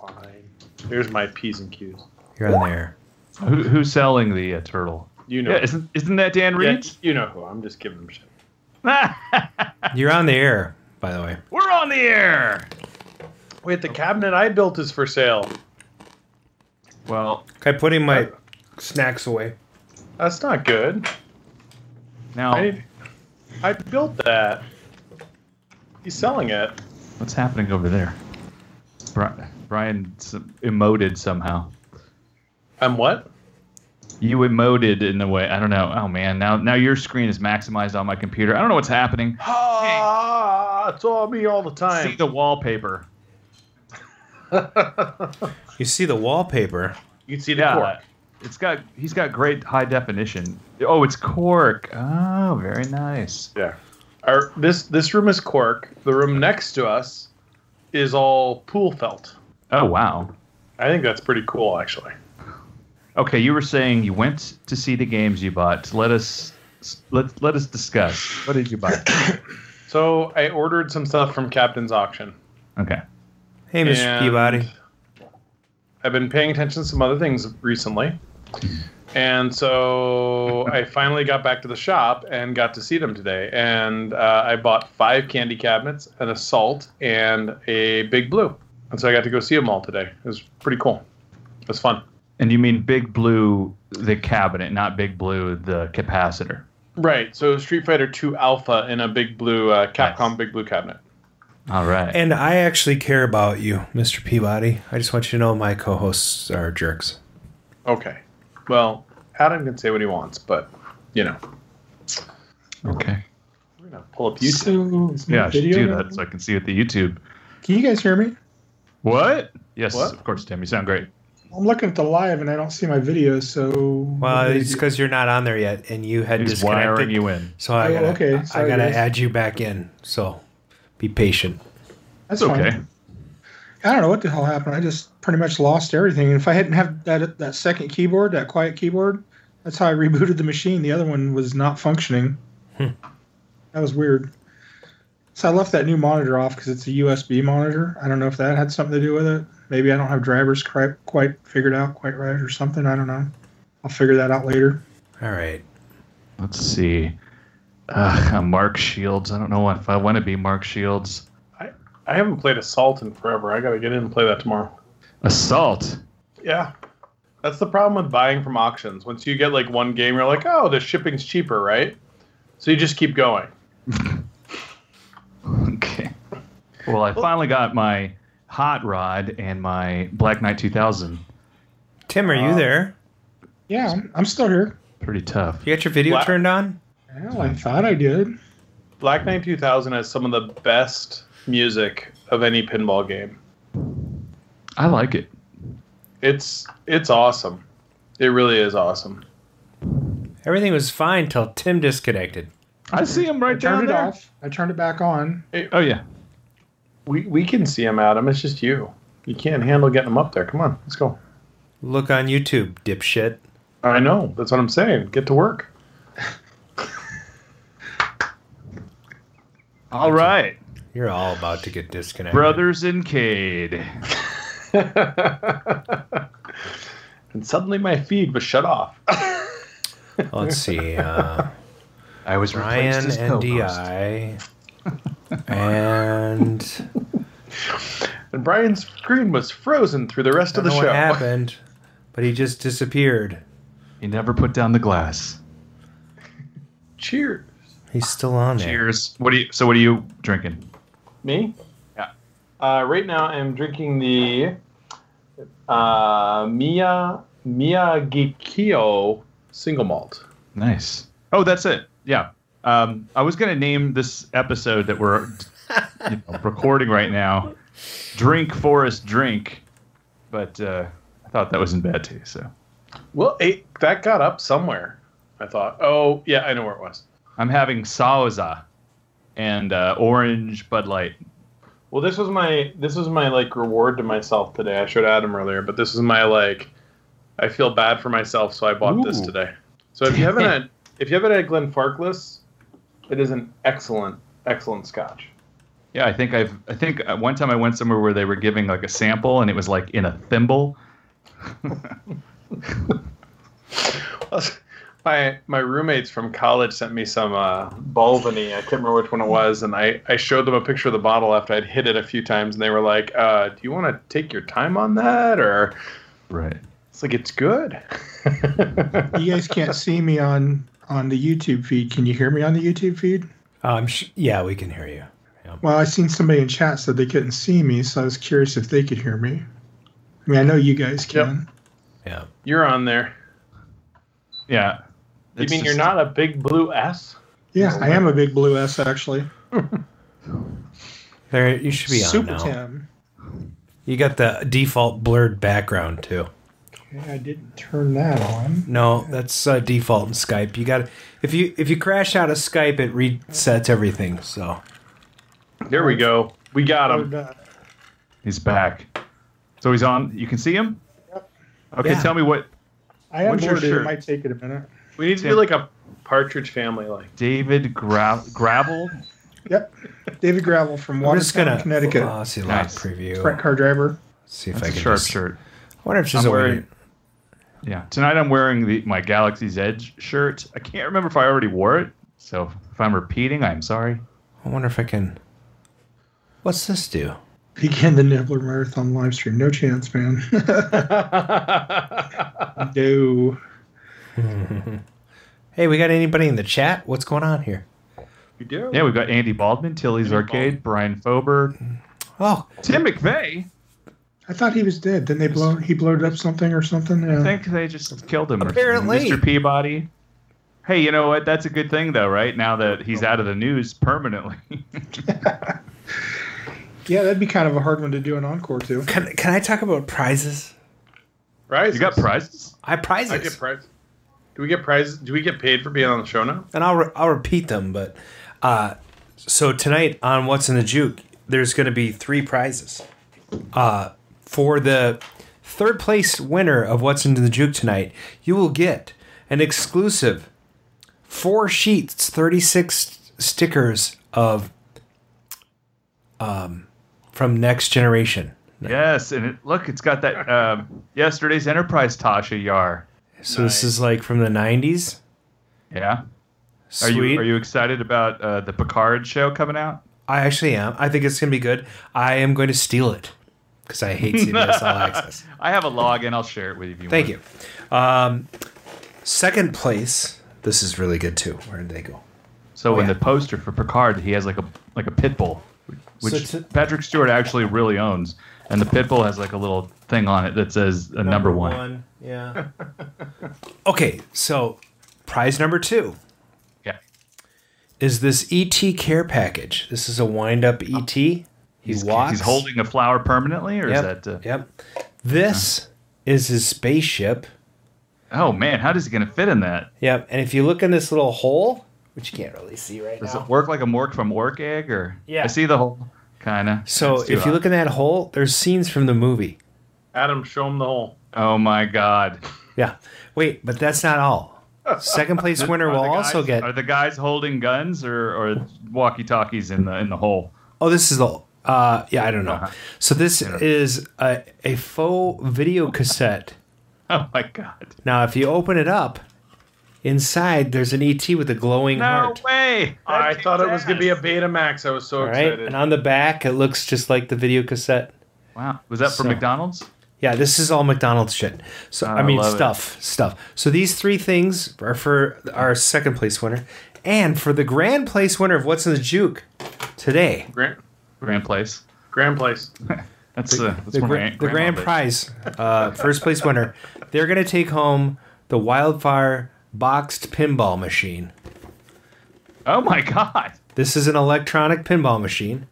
Fine. Here's my P's and Q's. You're on there. Who, who's selling the uh, turtle? You know, Yeah, isn't, isn't that Dan yeah, Reed? you know who. I'm just giving them shit. You're on the air, by the way. We're on the air. Wait, the cabinet I built is for sale. Well, Okay, putting my snacks away. That's not good. now I, I built that. He's selling it. what's happening over there? Bri- Brian s- emoted somehow. I'm what? You emoted in a way. I don't know. Oh man, now now your screen is maximized on my computer. I don't know what's happening. Ah, it's all me all the See time. the wallpaper. You see the wallpaper. you can see the Yeah, cork. it's got he's got great high definition. Oh, it's cork. Oh, very nice. Yeah. Our this this room is cork. The room next to us is all pool felt. Oh wow. I think that's pretty cool, actually. Okay, you were saying you went to see the games you bought. Let us let let us discuss. What did you buy? So I ordered some stuff from Captain's Auction. Okay. Hey, Mr. And Peabody. I've been paying attention to some other things recently. And so I finally got back to the shop and got to see them today. And uh, I bought five candy cabinets, an assault, and a big blue. And so I got to go see them all today. It was pretty cool. It was fun. And you mean Big Blue the cabinet, not Big Blue the capacitor. Right. So Street Fighter 2 Alpha in a big blue uh, Capcom big blue cabinet. All right. And I actually care about you, Mr. Peabody. I just want you to know my co hosts are jerks. Okay. Well, Adam can say what he wants, but you know, okay. we're gonna pull up YouTube. Yeah, I should do that so I can see it the YouTube. Can you guys hear me? What? Yes, What? of course, Tim. You sound great. I'm looking at the live and I don't see my video, so. Well, it's because you're not on there yet, and you had He's wiring disconnected. you in. So I Oh, gotta, okay. I Sorry, gotta guys. add you back in. So be patient. That's It's okay. fine. I don't know what the hell happened. I just pretty much lost everything. And if I hadn't have that that second keyboard, that quiet keyboard, that's how I rebooted the machine. The other one was not functioning. Hmm. that was weird. So I left that new monitor off because it's a USB monitor. I don't know if that had something to do with it. Maybe I don't have drivers quite quite figured out quite right or something. I don't know. I'll figure that out later. All right. Let's see. Ugh, I'm Mark Shields. I don't know if I want to be Mark Shields. I haven't played Assault in forever. I gotta get in and play that tomorrow. Assault. Yeah. That's the problem with buying from auctions. Once you get like one game, you're like, oh, the shipping's cheaper, right? So you just keep going. Okay. Well, I finally got my hot rod and my Black Knight 2000. Tim, are you Um, there? Yeah, I'm- I'm still here. Pretty tough. You got your video Bla- turned on? Well, I thought I did. Black Knight 2000 has some of the best music of any pinball game. I like it. It's it's awesome. It really is awesome. Everything was fine till Tim disconnected. I see him right I turned down it there. off. I turned it back on. Oh yeah. We we can see him, Adam. It's just you. You can't handle getting him up there. Come on, let's go. Look on YouTube, dipshit. I know. That's what I'm saying. Get to work. All right, You're all about to get disconnected. brothers in Cade. and suddenly my feed was shut off. Let's see. Uh, I was Ryan replaced as and co-host. DI. And And Brian's screen was frozen through the I rest don't of the know show. what happened, but he just disappeared. He never put down the glass. Cheers. He's still on there. Cheers. What do you? So what are you drinking? Me? Yeah. Uh, right now, I'm drinking the uh, Mia Miyagikyo single malt. Nice. Oh, that's it. Yeah. Um, I was gonna name this episode that we're you know, recording right now, "Drink Forest Drink," but uh, I thought that was in bad taste. So Well, it, that got up somewhere. I thought, oh yeah, I know where it was. I'm having Sauza and uh, orange Bud Light. Well, this was my this was my like reward to myself today. I showed Adam earlier, but this is my like I feel bad for myself, so I bought this Ooh. today. So if you haven't had if you haven't had Glenfarclas, it is an excellent excellent scotch. Yeah, I think I've. I think at one time I went somewhere where they were giving like a sample, and it was like in a thimble. my my roommates from college sent me some uh, Balvenie. I can't remember which one it was, and I, I showed them a picture of the bottle after I'd hit it a few times, and they were like, uh, "Do you want to take your time on that?" Or Right. it's like it's good. You guys can't see me on on the YouTube feed. Can you hear me on the YouTube feed? Um, sh- yeah, we can hear you. Yeah. Well, I seen somebody in chat said they couldn't see me, so I was curious if they could hear me. I mean, I know you guys can. yeah. You're on there. Yeah. You It's mean you're just- not a big blue S? Yeah, I am a big blue S actually. There, you should be on Super now. Tim. You got the default blurred background too. Okay, I didn't turn that on. No, that's uh, default in Skype. You got if you if you crash out of Skype, it resets everything. So There we go. We got Oh, Or him. not. He's back. So he's on. You can see him. Okay. Yeah. Tell me what I am What's your bored. It shirt? might take it a minute. We need to be like a partridge family, like David Gra- Gravel. Yep. David Gravel from we're just Watertown, gonna Connecticut. Uh, let's see live Nice. preview. Sprint car driver. See if That's I a can. sharp just- shirt. I wonder if there's I'm a way. wearing- Yeah. Tonight I'm wearing the my Galaxy's Edge shirt. I can't remember if I already wore it. So if I'm repeating, I'm sorry. I wonder if I can. What's this do? Begin the Nibbler Marathon live stream. No chance, man. no. Hey, we got anybody in the chat? What's going on here? you do. Yeah, we've got Andy Baldwin, Tilly's Arcade, Brian Fober, Oh, Tim McVeigh. I thought he was dead. Didn't they blow? He blowed up something or something. Yeah. I think they just killed him. or something. Apparently. Mr. Peabody. Hey, you know what? That's a good thing, though, right? Now that he's out of the news permanently. yeah, that'd be kind of a hard one to do an encore to. can can I talk about prizes? Right? you got prizes? I prizes. I get prizes. Do we get prizes? Do we get paid for being on the show now? and I'll re- I'll repeat them. But uh, so tonight on What's in the Juke, there's going to be three prizes. Uh, for the third place winner of What's in the Juke tonight, you will get an exclusive four sheets, thirty six stickers of um from Next Generation. Yes, and it, look, it's got that um, yesterday's Enterprise Tasha Yar. So this is like from the nineties. Yeah. Are Sweet. you are you excited about uh, the Picard show coming out? I actually am. I think it's gonna be good. I am going to steal it because I hate CBS All Access. I have a log and I'll share it with you. if you Thank want. you. Um, second place. This is really good too. Where did they go? So in Oh, yeah. the poster for Picard, he has like a like a pit bull, which So it's a- Patrick Stewart actually really owns, and the pit bull has like a little thing on it that says uh, number one. Yeah. okay, so prize number two Yeah. is this ET care package. This is a wind up ET. He He's, walks. he's holding a flower permanently, or Yep. is that? Uh, Uh-huh. yep. This is his spaceship. Oh man, how does he gonna fit in that? Yep. And if you look in this little hole, which you can't really see right Does now. it work like a mork from Orc egg, or Yeah. I see the whole kind of. So if you look in that hole, there's scenes from the movie. Adam, show him the hole. oh my god, Yeah. Wait, but that's not all. Second place winner Are will the guys- also get. Are the guys holding guns or, or walkie talkies in the in the hole? Oh, this is the. Uh, yeah, I don't know. Uh-huh. So this is a, a faux video cassette. Oh my god! Now, if you open it up, inside there's an ET with a glowing No heart. way! That I kicks thought it was gonna be a ass. Betamax. I was so All right, excited. and on the back it looks just like the video cassette. Wow, was that for So- McDonald's? Yeah, this is all McDonald's shit. So I Ah, I mean love it. stuff, stuff. So these three things are for our second place winner, and for the grand place winner of what's in the juke today. Grand, Grand Place. grand place. That's, uh, that's the, where gra- my the grandma grand lived. prize, uh, first place winner. They're gonna take home the Wildfire boxed pinball machine. Oh my god! This is an electronic pinball machine.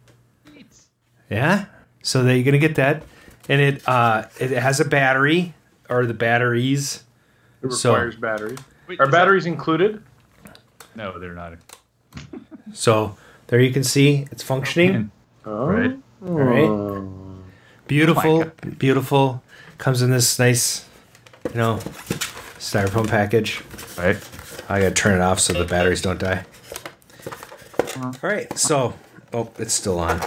Yeah. So that you're gonna get that, and it uh, it has a battery or the batteries. It So- requires batteries. Wait, Are is that- batteries included? No, they're not. So there you can see it's functioning. Oh. Right. All right. Oh. Beautiful, beautiful. Comes in this nice, you know, styrofoam package. Right. I gotta turn it off so the batteries don't die. All right, so Oh, it's still on.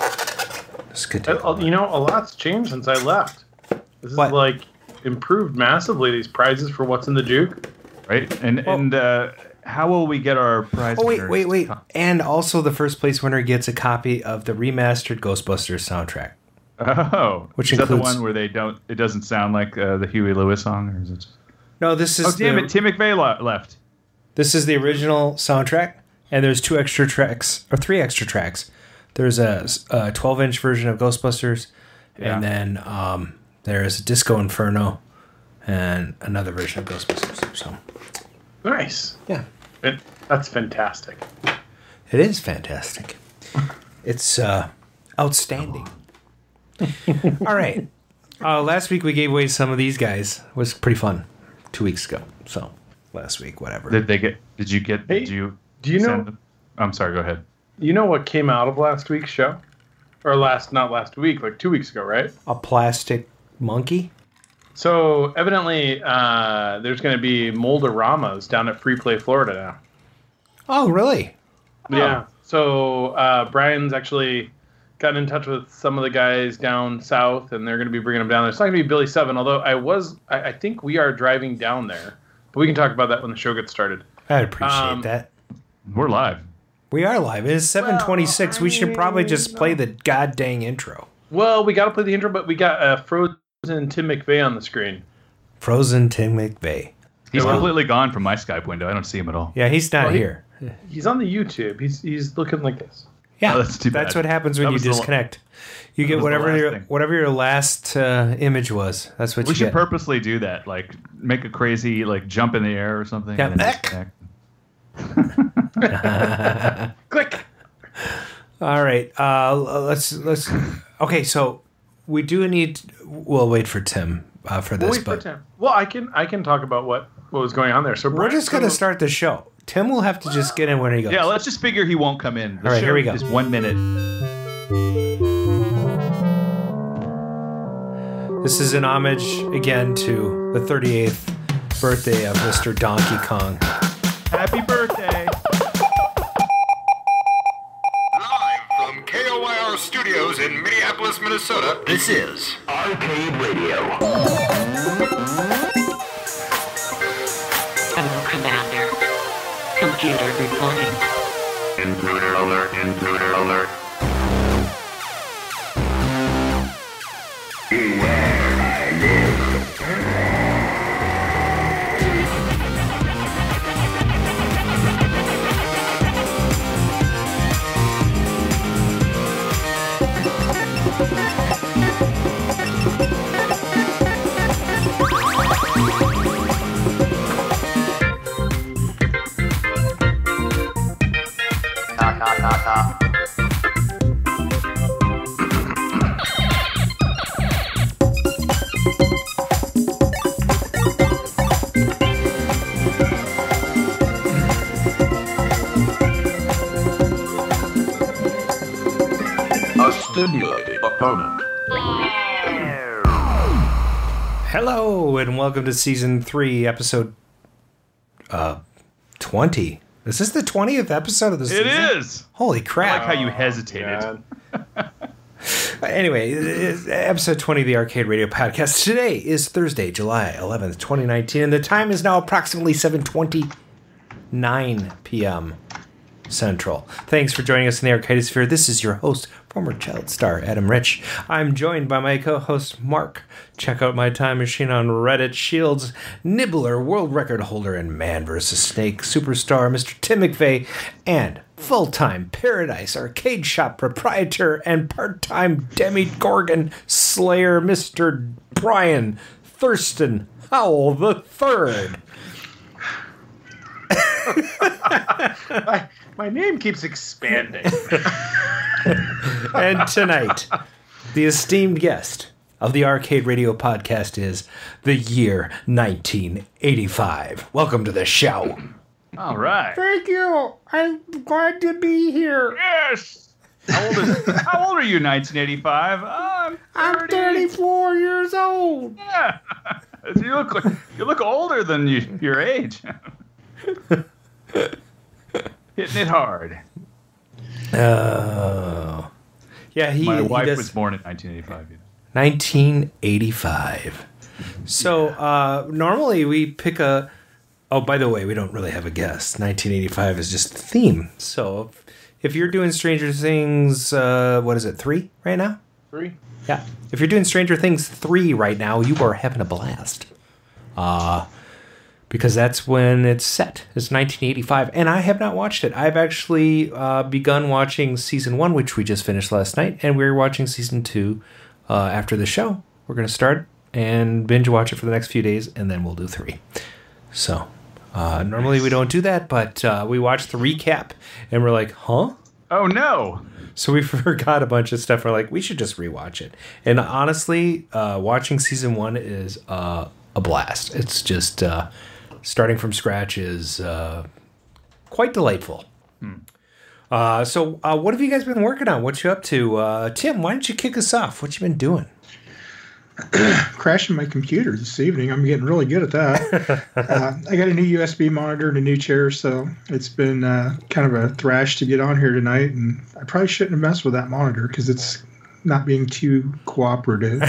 This could I, take a I'll- Uh, you know, a lot's changed since I left. This is What? like improved massively. These prizes for what's in the juke. right? And and uh, how will we get our prize? Oh wait, winners? wait, wait! And also, the first place winner gets a copy of the remastered Ghostbusters soundtrack. Oh, Which is that the includes- one where they don't? It doesn't sound like uh, the Huey Lewis song, or is it? No, this is Oh damn the, it! Tim McVeigh le- left. This is the original soundtrack, and there's two extra tracks or three extra tracks. There's a, s- a 12-inch version of Ghostbusters, Yeah. and then um, there's Disco Inferno, and another version of Ghostbusters. So Nice. yeah, It- that's fantastic. it is fantastic. It's uh, outstanding. All right. Uh, last week we gave away some of these guys. It was pretty fun. Two weeks ago. So last week, whatever. Did they get? Did you get? Hey, did you? Do you send know? them? I'm sorry. Go ahead. You know what came out of last week's show, or last not last week, like two weeks ago, right? a plastic monkey. So evidently, uh, there's going to be Moldoramas down at Free Play Florida now. Oh, really? Yeah. So uh, Brian's actually gotten in touch with some of the guys down south, and they're going to be bringing them down there. It's not going to be Billy Seven, although I was, I, I think we are driving down there, but we can talk about that when the show gets started. I appreciate Um, that. We're live. We are live. It is 726. Well, I we should probably mean, uh, just play the god dang intro. Well, we got to play the intro, but we got uh, Frozen Tim McVeigh on the screen. Frozen Tim McVeigh. He's Hello? completely gone from my Skype window. I don't see him at all. Yeah, he's not Oh, he- here. He's on the YouTube. He's he's looking like this. Yeah, Oh, that's too That's bad. what happens when That you was the la- disconnect. You get was the whatever last your thing. whatever your last uh, image was. That's what We you should get. purposely do that. Like make a crazy like jump in the air or something. Yeah, and then back. disconnect. Click. All right. Uh, l- let's let's. Okay, so we do need. We'll wait for Tim uh, for We'll this, wait for but Tim. Well, I can I can talk about what what was going on there. So we're just gonna start the show. Tim will have to just get in when he goes. Yeah, let's just figure he won't come in. All right, here we go. Just one minute. This is an homage again to the 38th birthday of Mr. Donkey Kong. Happy birthday. Live from KOYR Studios in Minneapolis, Minnesota, this is Arcade Radio. Hello, Commander. Computer reporting. Intruder alert, intruder alert. A stimulated opponent. Hello, and welcome to season three, episode uh, 20. Is this the 20th episode of the It season? is. Oh, Holy I like how crap. you hesitated. Anyway, it is episode 20 of the Arcade Radio Podcast. Today is Thursday, July 11th, 2019, and the time is now approximately 7.29 p.m. Central. Thanks for joining us in the Arcade Sphere. This is your host, former child star Adam Rich. I'm joined by my co-host Mark. Check out my time machine on Reddit. Shields, Nibbler, world record holder, and Man vs. Snake superstar Mr. Tim McVeigh, and full-time Paradise Arcade Shop proprietor and part-time Demi Gorgon Slayer Mr. Brian Thurston Howell the Third. My, my name keeps expanding. And tonight, the esteemed guest of the Arcade Radio podcast is the year 1985. Welcome to the show. All right. Thank you. I'm glad to be here. Yes. How old, is, how old are you, 1985? Oh, I'm 30. 34 years old. Yeah. you look like, you look older than you, your age. Hitting it hard. Oh. Yeah, he, My he wife does- was born in 1985. You know. 1985. So uh, normally we pick a. Oh, by the way, we don't really have a guest. 1985 is just the theme. So if, if you're doing Stranger Things, uh, what is it, three right now? Three. Yeah. If you're doing Stranger Things 3 right now, you are having a blast. Uh, because that's when it's set. It's 1985. And I have not watched it. I've actually uh, begun watching season one, which we just finished last night. And we're watching season two uh, after the show. We're going to start and binge watch it for the next few days. And then we'll do three. So uh, normally we don't do that. But uh, we watch the recap and we're like, huh? Oh no! So we forgot a bunch of stuff. We're like, we should just rewatch it. And honestly, uh, watching season one is uh, a blast. It's just uh, starting from scratch is uh, quite delightful. Uh, so, uh, what have you guys been working on? What you up to, uh, Tim? Why don't you kick us off? What you been doing? crashing my computer this evening. I'm getting really good at that. uh, I got a new USB monitor and a new chair, so it's been uh, kind of a thrash to get on here tonight. And I probably shouldn't have messed with that monitor because it's not being too cooperative.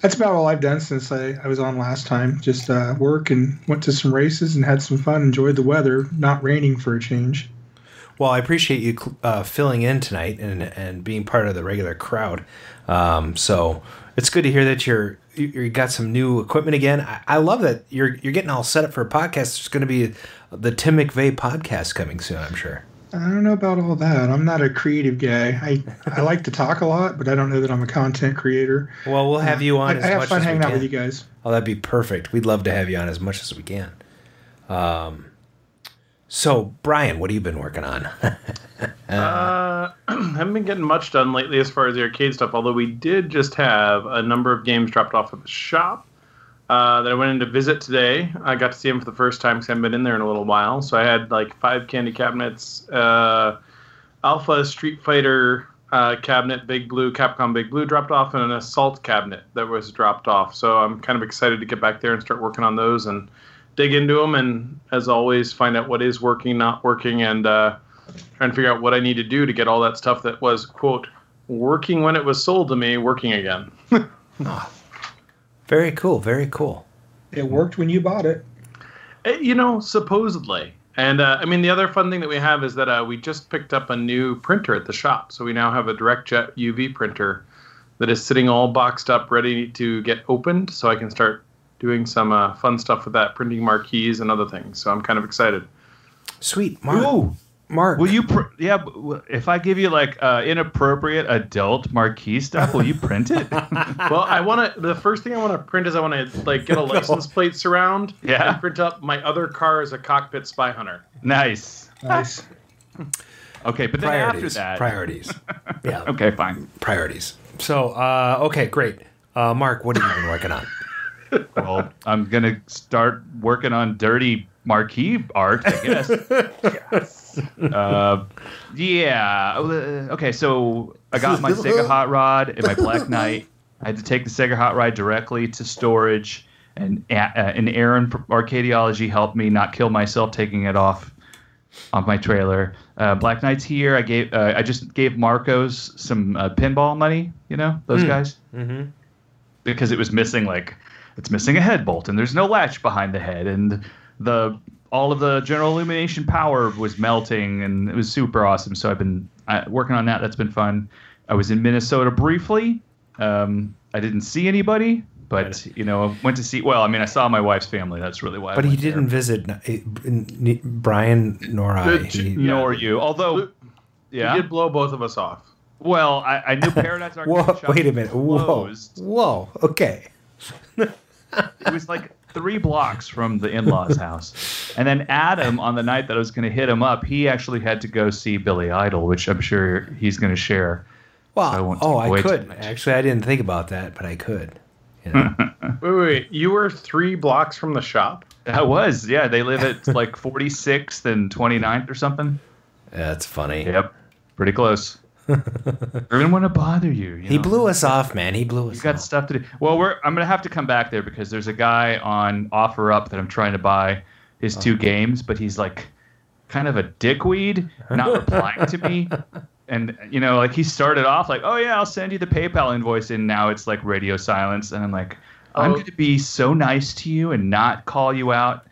That's about all I've done since I, I was on last time. Just uh, work and went to some races and had some fun. Enjoyed the weather, not raining for a change. Well, I appreciate you cl- uh, filling in tonight and and being part of the regular crowd. Um, so it's good to hear that you're you, you got some new equipment again. I, I love that you're you're getting all set up for a podcast. There's going to be the Tim McVeigh podcast coming soon. I'm sure. I don't know about all that. I'm not a creative guy. I, I like to talk a lot, but I don't know that I'm a content creator. Well, we'll have you on I, as I have much fun as hanging we out can. with you guys. Oh, that'd be perfect. We'd love to have you on as much as we can. Um, so Brian, what have you been working on? haven't been getting much done lately as far as the arcade stuff, although we did just have a number of games dropped off at the shop uh, that I went in to visit today. I got to see them for the first time because I haven't been in there in a little while. So I had like five candy cabinets, uh, Alpha Street Fighter uh, cabinet, Big Blue, Capcom Big Blue dropped off, and an Assault cabinet that was dropped off. So I'm kind of excited to get back there and start working on those and dig into them and, as always, find out what is working, not working, and. Uh, trying to figure out what I need to do to get all that stuff that was quote working when it was sold to me working again. very cool. Very cool. It worked when you bought it. Eh, You know, supposedly. And uh, I mean, the other fun thing that we have is that uh, we just picked up a new printer at the shop, so we now have a DirectJet UV printer that is sitting all boxed up, ready to get opened, so I can start doing some uh, fun stuff with that, printing marquees and other things. So I'm kind of excited. Sweet, Mark. Ooh. Mark, Will you? Pr- yeah. but w- If I give you like uh, inappropriate adult marquee stuff, will you print it? well, I want to. The first thing I want to print is I want to like get a license plate surround Yeah. and print up my other car as a cockpit spy hunter. nice. Nice. Okay, but then after priorities. that. Priorities. yeah. Okay, fine. priorities. So, uh, okay, great. Uh, Mark, what have you been working on? Well, I'm gonna start working on dirty marquee art, I guess. Uh, yeah. uh, Okay, so I got my Sega Hot Rod and my Black Knight. I had to take the Sega Hot Rod directly to storage, and uh, and Aaron from Arcadiology helped me not kill myself taking it off on my trailer. Uh, Black Knight's here. I gave uh, I just gave Marcos some uh, pinball money. You know those guys because it was missing like it's missing a head bolt and there's no latch behind the head and the all of the general illumination power was melting and it was super awesome so i've been uh, working on that that's been fun i was in minnesota briefly um, i didn't see anybody but you know went to see well i mean i saw my wife's family that's really why I But he went there. didn't visit n- n- n- Brian nor I. Good. He, nor you although yeah He did blow both of us off. well i, I knew paradise Arcade whoa, Shop wait a minute. Whoa. closed. Whoa. Okay. it was like three blocks from the in-laws house and then adam on the night that i was going to hit him up he actually had to go see billy idol which i'm sure he's going to share I Well, won't oh, I wait too could. much. Actually, I didn't think about that, but I could. You know? Wait, wait, wait. You were three blocks from the shop? that was yeah they live at like 46th and 29th or something That's funny. yep pretty close i didn't want to bother you, you He know? blew us off, man. He blew us We've got off. stuff to do. Well, we're I'm gonna have to come back there because there's a guy on offer up that I'm trying to buy his two games, but he's like kind of a dickweed, not replying to me. And you know, like he started off like, "Oh yeah, I'll send you the PayPal invoice," and now it's like radio silence. And I'm like, "I'm Oh. going to be so nice to you and not call you out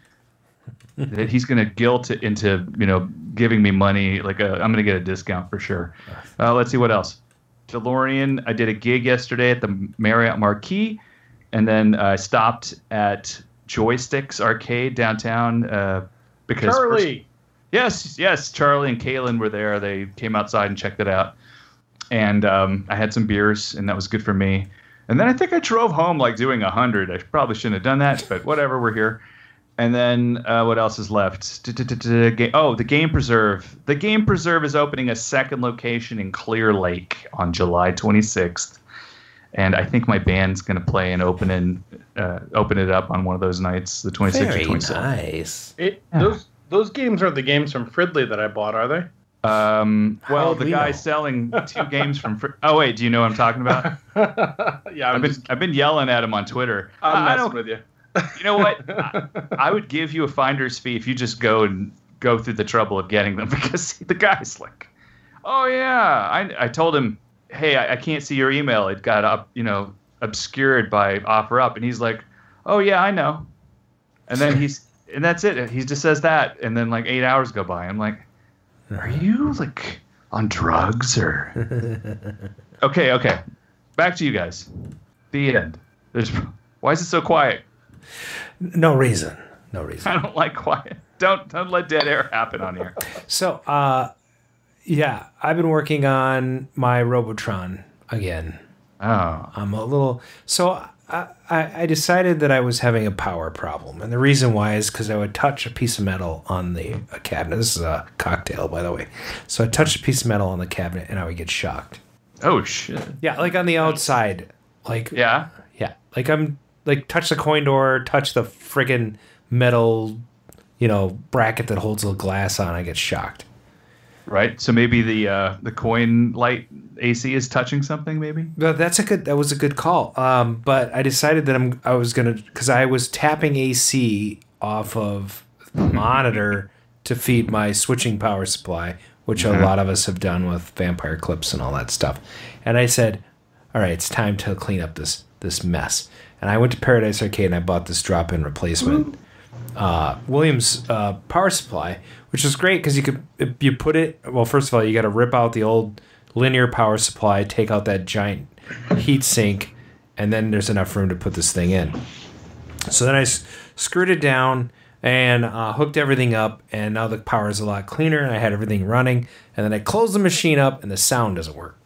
that he's going to guilt it into you know giving me money. Like i am going to get a discount for sure." Uh, let's see what else. DeLorean. I did a gig yesterday at the Marriott Marquis, and then I stopped at Joysticks Arcade downtown uh, because Charlie. Yes, yes. Charlie and Kaylin were there. They came outside and checked it out. And um, I had some beers, and that was good for me. And then I think I drove home like doing 100. I probably shouldn't have done that, but whatever, we're here. And then uh, what else is left? Du-du-du-du, ga- Oh, the Game Preserve. The Game Preserve is opening a second location in Clear Lake on July 26th. And I think my band's going to play and open, in, uh, open it up on one of those nights, the 26th Very or 27th. nice. It, Those those games aren't the games from Fridley that I bought, are they? Um, well, do the we guy know? selling two games from. Fr- oh wait, do you know what I'm talking about? yeah, I've I'm, been just, I've been yelling at him on Twitter. I'm I messing don't. with you. You know what? I, I would give you a finder's fee if you just go and go through the trouble of getting them because the guy's like, oh yeah, I I told him, hey, I, I can't see your email. It got up, you know, obscured by offer up, and he's like, oh yeah, I know. And then he's and that's it. He just says that, and then like eight hours go by. I'm like, are you like on drugs or? okay, okay. Back to you guys. The end. There's why is it so quiet? No reason. No reason. I don't like quiet. Don't don't let dead air happen on here. So, uh, yeah, I've been working on my Robotron again. Oh, I'm a little so. I, I I decided that I was having a power problem, and the reason why is because I would touch a piece of metal on the a cabinet. This is a cocktail, by the way. So I touched a piece of metal on the cabinet, and I would get shocked. oh shit. Yeah, like on the outside, like Yeah. yeah, like I'm like touch the coin door, touch the friggin' metal, you know, bracket that holds the glass on. I get shocked. Right. So maybe the uh, the coin light AC is touching something. Maybe. Well, that's a good. That was a good call. Um, but I decided that I'm. I was gonna because I was tapping AC off of the monitor to feed my switching power supply, which a lot of us have done with vampire clips and all that stuff. And I said, "All right, it's time to clean up this this mess." And I went to Paradise Arcade and I bought this drop-in replacement. Williams uh, power supply, which is great because you could if you put it. Well, first of all, you got to rip out the old linear power supply, take out that giant heat sink, and then there's enough room to put this thing in. So then I s- screwed it down and uh, hooked everything up, and now the power is a lot cleaner. And I had everything running, and then I closed the machine up, and the sound doesn't work.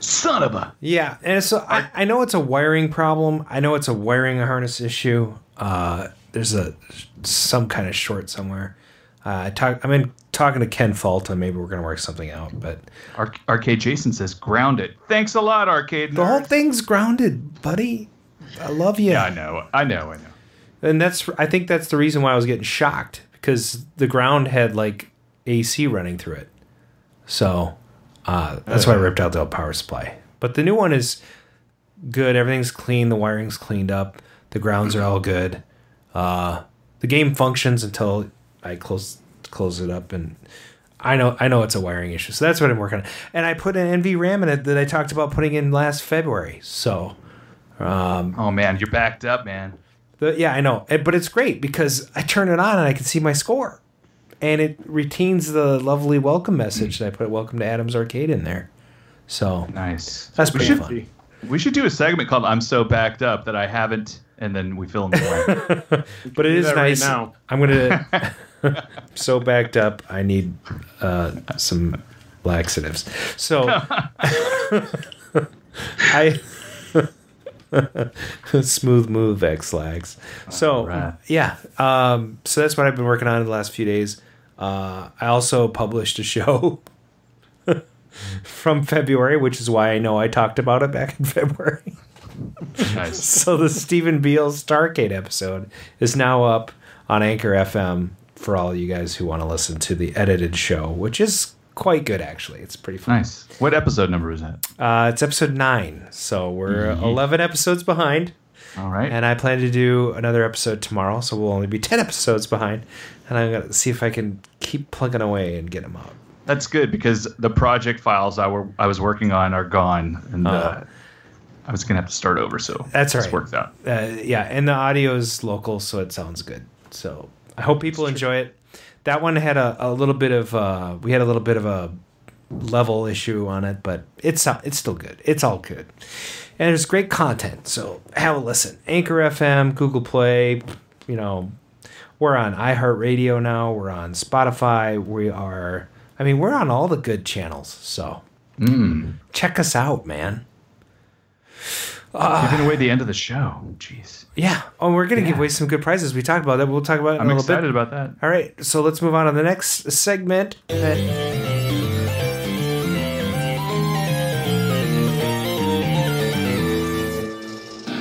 Son of a. Yeah, and so I, I know it's a wiring problem. I know it's a wiring harness issue. Uh, there's a some kind of short somewhere. Uh, I talk. I'm in talking to Ken Falta. Maybe we're gonna work something out. But Ar- Arcade Jason says ground it. Thanks a lot, Arcade. the whole nerd. thing's grounded, buddy. I love you. I know. I know. I know. and that's. I think that's the reason why I was getting shocked because the ground had like AC running through it. So uh, that's why I ripped out the old power supply. But the new one is good. Everything's clean. The wiring's cleaned up. The grounds are all good. Uh, the game functions until I close close it up, and I know I know it's a wiring issue. So that's what I'm working on. And I put an NV RAM in it that I talked about putting in last February. So Oh man, you're backed up, man. the, yeah, I know, Eh, but it's great because I turn it on and I can see my score, and it retains the lovely welcome message that I put "Welcome to Adam's Arcade" in there. So Nice. that's we pretty should, fun. We should do a segment called "I'm so backed up that I haven't," and then we fill in the blank. But it do is that right nice. now. I'm gonna I'm so backed up. I need uh, some laxatives. So I smooth move X lags. So Alright. yeah. Um, so that's what I've been working on in the last few days. Uh, I also published a show from February, which is why I know I talked about it back in February nice. so the Stephen Beale Starcade episode is now up on Anchor FM for all you guys who want to listen to the edited show, which is quite good actually. It's pretty fun. Nice. What episode number is that? Uh, it's episode nine, so we're eleven episodes behind. All right. And I plan to do another episode tomorrow, so we'll only be 10 episodes behind. And I'm going to see if I can keep plugging away and get them out. That's good because the project files I were I was working on are gone, and uh, Uh. I was gonna have to start over. So That's all it's right. worked out. Uh, yeah, and the audio is local, so it sounds good. So I hope people enjoy it. That one had a, a little bit of uh, we had a little bit of a level issue on it, but it's it's still good. It's all good, and there's great content. So have a listen. Anchor FM, Google Play, you know, we're on iHeartRadio now. We're on Spotify. We are. I mean, we're on all the good channels. So check us out, man. Giving away the end of the show. Jeez, Yeah. Oh, we're gonna give away some good prizes. We talked about that. We'll talk about it in I'm a little excited bit. about that. All right, so let's move on to the next segment. Uh,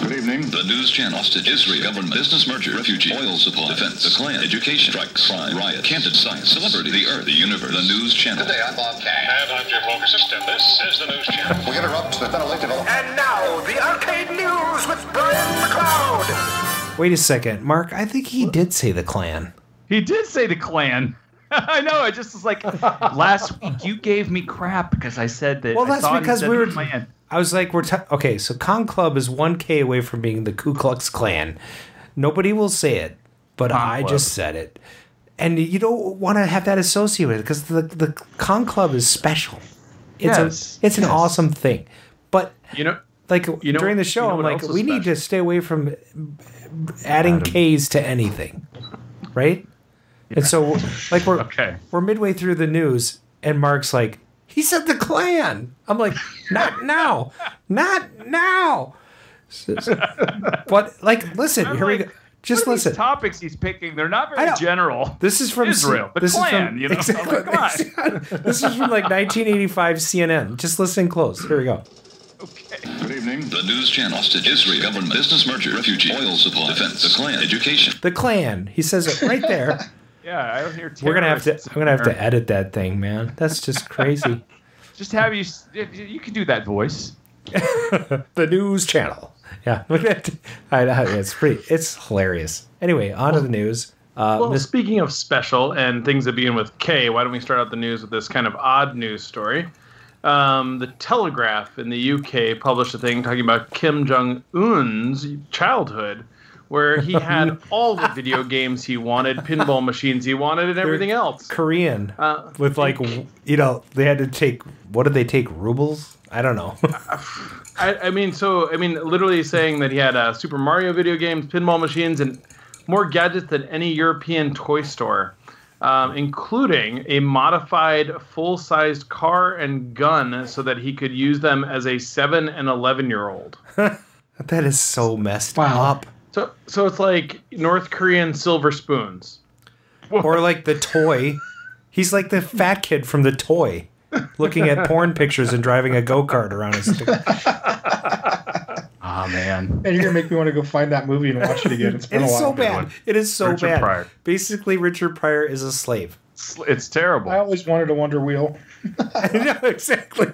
Good evening. The news channels to history, government, business merger, refugee, oil supply, defense, the Klan, education, strikes, crime, riot, candid science, celebrity, the earth, the universe, the news channel. Today I'm Bob Kane. And I'm Jim Wilkerson, and this is the News Channel. We interrupt the ventilated And now, the arcade news with Brian McLeod. wait a second, Mark. I think he did say the Klan. He did say the Klan. I know. I just was like, last week you gave me crap because I said that. Well, I that's thought he because said we the were. Klan. I was like, we're t- okay. So, Con Club is one K away from being the Ku Klux Klan. Nobody will say it, but I Club. just said it, and you don't want to have that associated because the the Con Club is special. It's Yes, a, it's an yes. awesome thing, but You know, like You know- during the show, you know I'm what else like, is we need to stay away from adding K's to anything, right? And so, like, we're Okay. we're midway through the news, and Mark's like, he said the Klan. I'm like, not now, not now. So- so- But like, listen, I'm here we like, go. Just What are these listen. topics he's picking, they're not I very know. general. This is from Israel, the this is Klan, from- you know? Oh exactly. Come on. this is from like 1985 CNN. Just listen close. Here we go. Good evening. The news channels to history, government, business merger, refugee, oil supply, defense, the Klan, education. The Klan. He says it right there. Yeah, I don't hear. We're gonna have to. terrorists I'm gonna have in to edit that thing, man. That's just crazy. there. Just have you. s- You you can do that voice. the news channel. Yeah, we're gonna have to- I know, it's pretty. It's hilarious. Anyway, on to the news. Uh, well, Miss- speaking of special and things that begin with K, why don't we start out the news with this kind of odd news story? Um, the Telegraph in the UK published a thing talking about Kim Jong Un's childhood, where he had all the video games he wanted, pinball machines he wanted, and everything else. Korean Uh, with like w- you know they had to take what did they take rubles? I don't know. I, I mean, so I mean, literally saying that he had uh, Super Mario video games, pinball machines, and more gadgets than any European toy store, um, including a modified full-sized car and gun, so that he could use them as a seven and eleven-year-old. that is so messed Wow. up. So, so it's like North Korean silver spoons. Or like the toy. He's like the fat kid from the toy, looking at porn pictures and driving a go kart around his. Stick. Oh man. And you're gonna make me want to go find that movie and watch it again. It's been It a is while. so bad. one. It is so Richard bad. Pryor. Basically, Richard Pryor is a slave. It's, it's terrible. I always wanted a Wonder Wheel. no, exactly.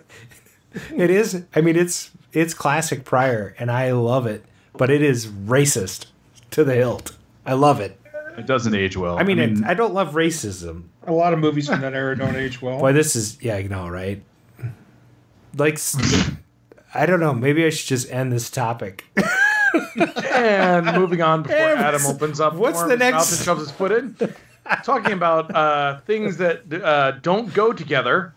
It is. I mean, it's it's classic Pryor, and I love it. But it is racist to the hilt. I love it. It doesn't age well. I mean, I, I don't love racism. A lot of movies from that era don't age well. Boy, this is yeah, you know, right? Like, s- I don't know. Maybe I should just end this topic. And moving on before Damn, Adam what's- opens up what's more of the his mouth next- and shoves his foot in. Talking about uh, things that uh, don't go together.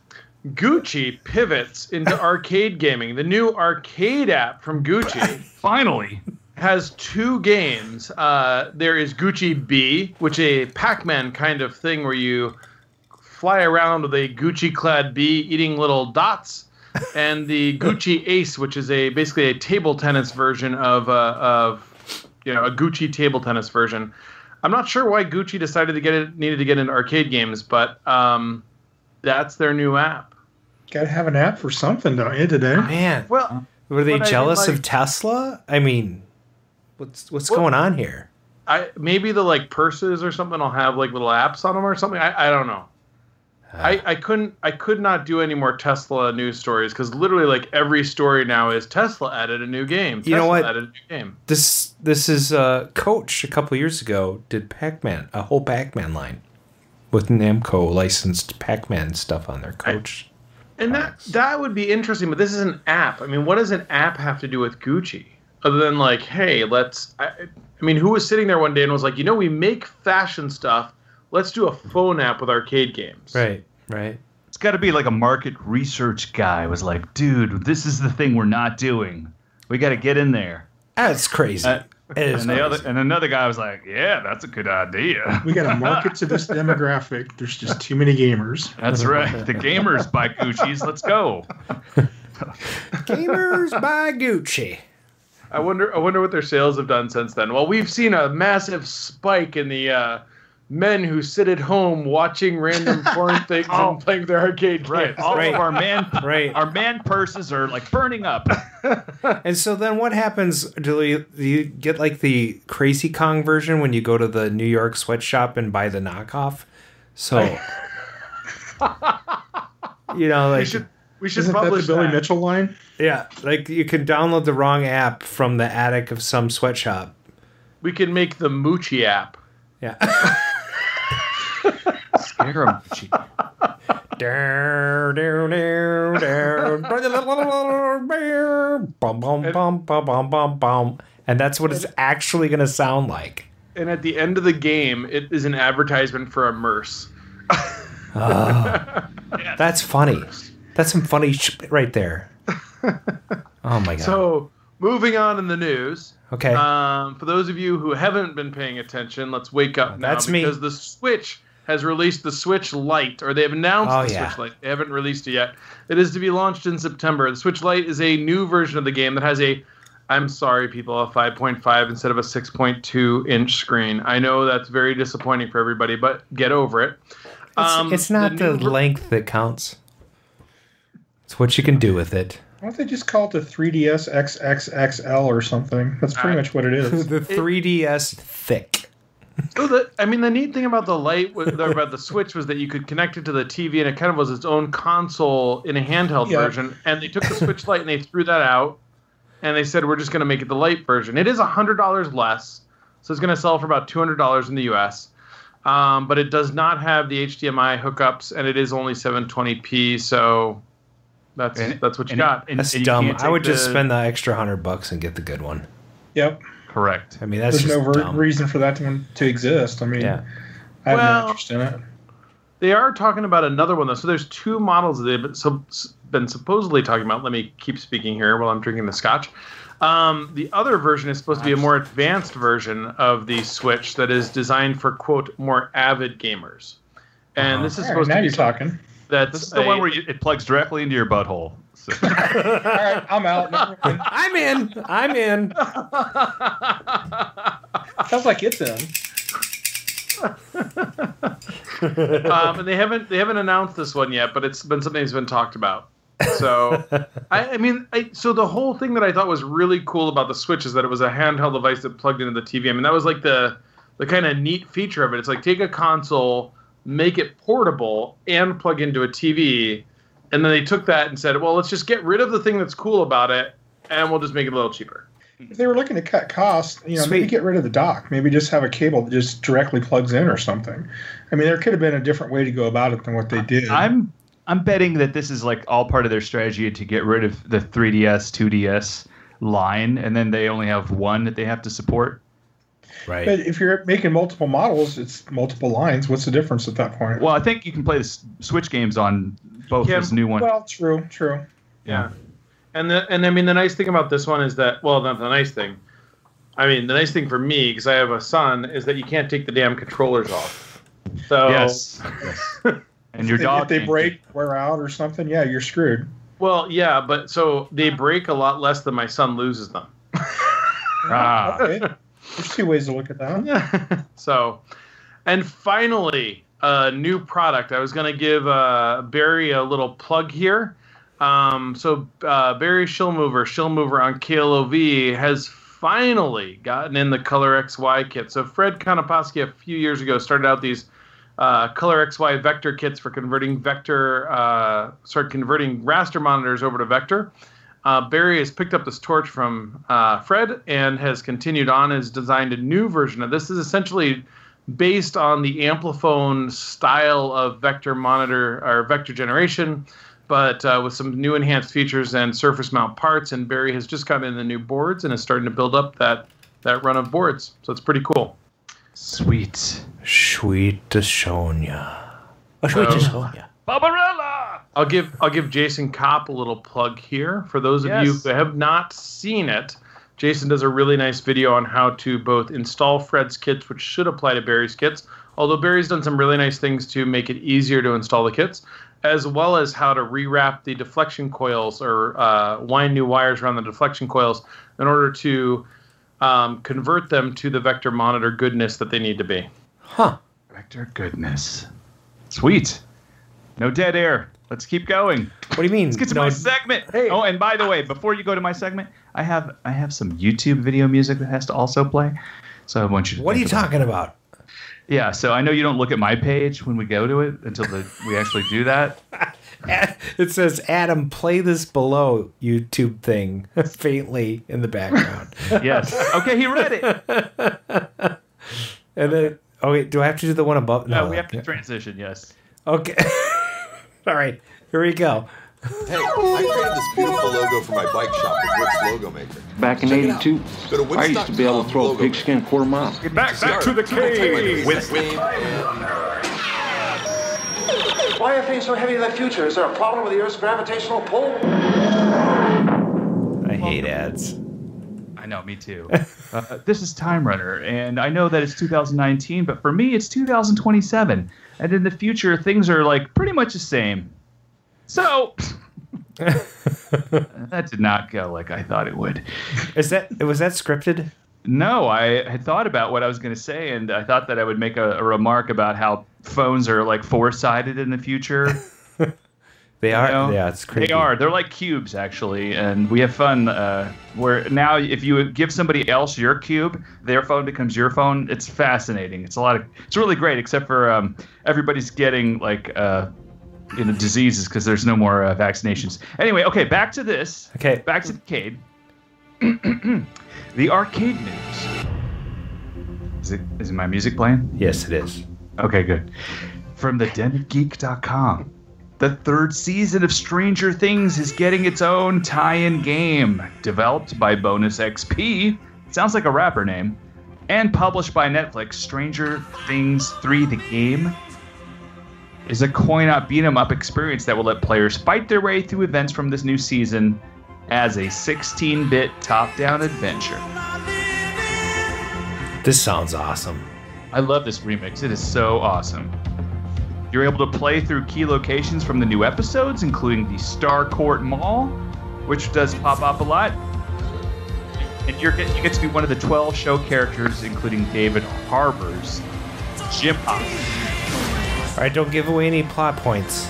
Gucci pivots into arcade gaming. The new arcade app from Gucci finally. has two games. Uh, there is Gucci B, which a Pac-Man kind of thing where you fly around with a Gucci-clad bee eating little dots, and the Gucci Ace, which is a basically a table tennis version of uh, of you know a Gucci table tennis version. I'm not sure why Gucci decided to get it needed to get into arcade games, but um, that's their new app. Gotta have an app for something, don't you? Today, Man, Well, were they but I mean, jealous of like- Tesla? I mean, what's what's Well- going on here? I maybe the like purses or something will have like little apps on them or something. I, I don't know. Ah. I, I couldn't I could not do any more Tesla news stories because literally like every story now is Tesla added a new game. Tesla You know what? Added a new game. This this is uh, Coach a couple years ago did Pac-Man a whole Pac-Man line with Namco licensed Pac-Man stuff on their Coach. And that that would be interesting, but this is an app. I mean, what does an app have to do with Gucci? Other than like, hey, let's. I, I mean, who was sitting there one day and was like, you know, we make fashion stuff. Let's do a phone app with arcade games. Right, right. It's got to be like a market research guy was like, dude, this is the thing we're not doing. We got to get in there. That's crazy. Uh, it is and the other crazy. and another guy was like, yeah, that's a good idea. We got to market to this demographic. There's just too many gamers. That's right. The gamers buy Gucci's. Let's go. Gamers by Gucci. I wonder. I wonder what their sales have done since then. Well, we've seen a massive spike in the uh, men who sit at home watching random porn things and playing their arcade games. Right. Oh. All Right. of our man Right. our man purses are like burning up. And so then what happens? Do you, do you get like the Crazy Kong version when you go to the New York sweatshop and buy the knockoff? So, you know, like, We should. We should Isn't that the publish Billy that. Mitchell line? yeah, like you can download the wrong app from the attic of some sweatshop. We can make the Moochie app. Yeah. Scaramucci. Down, down, down, down. Bum, bum, bum, bum, bum, bum, bum. And that's what it's actually going to sound like. And at the end of the game, it is an advertisement for Immerse. That's funny. That's some funny sh- right there. Oh my god. So, moving on in the news. okay. Um, for those of you who haven't been paying attention, let's wake up now Oh, That's me. because the Switch has released the Switch Lite, or they have announced Oh, the yeah. Switch Lite. They haven't released it yet. It is to be launched in September. The Switch Lite is a new version of the game that has a I'm sorry, people, a 5.5 instead of a 6.2 inch screen. I know that's very disappointing for everybody, but get over it. It's, um, it's not the, the new- length that counts. It's what you can do with it. Why don't they just call it the 3DS XXXL or something? That's pretty much what it is. The 3DS thick. Oh, the, I mean, the neat thing about the light was, or about the Switch was that you could connect it to the TV, and it kind of was its own console in a handheld Yeah. version. And they took the Switch Lite and they threw that out, and they said we're just going to make it the light version. It is hundred dollars less, so it's going to sell for about two hundred dollars in the U.S. Um, but it does not have the HDMI hookups, and it is only 720p. So that's And- that's what you and- got. and- That's and you dumb. can't I take would just the- spend the extra hundred bucks and get the good one. Yep. Correct. I mean, that's There's just no ver- dumb. reason for that to, to exist. I mean, yeah. I have Well- no interest in it. They are talking about another one though. So there's two models that they've been, sup- been supposedly talking about. Let me keep speaking here while I'm drinking the scotch. Um, the other version is supposed to be a more advanced version of the Switch that is designed for quote more avid gamers. And this is All right, supposed now to be you're talking. that's This is the a- one where you, it plugs directly into your butthole. So, All right, I'm out. Never mind. I'm in. I'm in. Sounds like it's in. um, and they haven't they haven't announced this one yet, but it's been something that's been talked about. So, I, I mean, I, so the whole thing that I thought was really cool about the Switch is that it was a handheld device that plugged into the TV. I mean, that was like the the kind of neat feature of it. It's like take a console, make it portable, and plug into a TV. And then they took that and said, well, let's just get rid of the thing that's cool about it, and we'll just make it a little cheaper. If they were looking to cut costs, you know, maybe Sweet. get rid of the dock. Maybe just have a cable that just directly plugs in or something. I mean, there could have been a different way to go about it than what they did. I'm I'm betting that this is like all part of their strategy to get rid of the 3DS, 2DS line, and then they only have one that they have to support. Right. but if you're making multiple models, it's multiple lines. What's the difference at that point? Well, I think you can play the S- Switch games on both Yeah, this new one. Well, true, true. Yeah. And the and I mean the nice thing about this one is that well not the nice thing. I mean the nice thing for me because I have a son is that you can't take the damn controllers off. So Yes. yes. and your Oh. If they- dog. if they can't- break, wear out, or something, yeah, you're screwed. well yeah, but so they break a lot less than my son loses them. Ah, Okay. There's two ways to look at that. so and finally a new product. I was gonna give uh, Barry a little plug here. Um, so uh, Barry Shillmover, Shillmover on KLOV, has finally gotten in the Color XY kit. So Fred Konopowski a few years ago started out these uh, color XY vector kits for converting vector, uh, sorry, converting raster monitors over to vector. Uh, Barry has picked up this torch from uh, Fred and has continued on. Has designed a new version of this. Is essentially based on the Amplifone style of vector monitor or vector generation, but uh, with some new enhanced features and surface mount parts. And Barry has just gotten in the new boards and is starting to build up that that run of boards. So it's pretty cool. Sweet. Sweet Sonia. Oh, sweet Sonia. Barbarella! I'll give I'll give Jason Kopp a little plug here for those of Yes. you who have not seen it. Jason does a really nice video on how to both install Fred's kits, which should apply to Barry's kits, although Barry's done some really nice things to make it easier to install the kits, as well as how to rewrap the deflection coils or uh, wind new wires around the deflection coils in order to um, convert them to the vector monitor goodness that they need to be. Huh. Vector goodness. Sweet. No dead air. Let's keep going. What do you mean? Let's get to no, my segment. Hey. Oh, and by the way, before you go to my segment, I have I have some YouTube video music that has to also play. So I want you. To what are you think about- talking about? Yeah. So I know you don't look at my page when we go to it until the, we actually do that. It says, Adam, play this below YouTube thing faintly in the background. Yes. Okay. He read Oh, it. and then, oh, wait, do I have to do the one above? No, Uh, we have to transition. Yes. Okay. All right. Here we go. Hey, I created this beautiful logo for my bike shop with Rick's Logo Maker. Back in 82, Go to I used to be able to throw a Wix.com, pigskin a quarter mile. logo maker. back to the See our- cave. Wait, With- wait, Why are things so heavy in the future? Is there a problem with the Earth's gravitational pull? I hate ads. I know, me too. uh, this is Time Runner, and I know that it's 2019, but for me, it's 2027. And in the future, things are like pretty much the same. So that did not go like I thought it would. Is that was that scripted? No, I had thought about what I was going to say, and I thought that I would make a, a remark about how phones are like four sided in the future. They are. know? Yeah, it's creepy. They are. They're like cubes, actually, and we have fun. Uh, where now, if you give somebody else your cube, their phone becomes your phone. It's fascinating. It's a lot of. It's really great, except for um, everybody's getting like, uh, you know, diseases because there's no more uh, vaccinations. Anyway, okay, back to this. Okay. back to the arcade. the arcade news. Is it? Is my music playing? Yes, it is. Okay, good. From the denofgeek.com. The third season of Stranger Things is getting its own tie-in game, developed by Bonus XP. Sounds like a rapper name. And published by Netflix, Stranger Things 3 the game is a coin-op beat 'em up experience that will let players fight their way through events from this new season as a 16-bit top-down adventure. This sounds awesome. I love this remix. It is so awesome. You're able to play through key locations from the new episodes, including the Star Court Mall, which does pop up a lot. And you're get, you get to be one of the 12 show characters, including David Harbour's Jim Hop. All right, don't give away any plot points.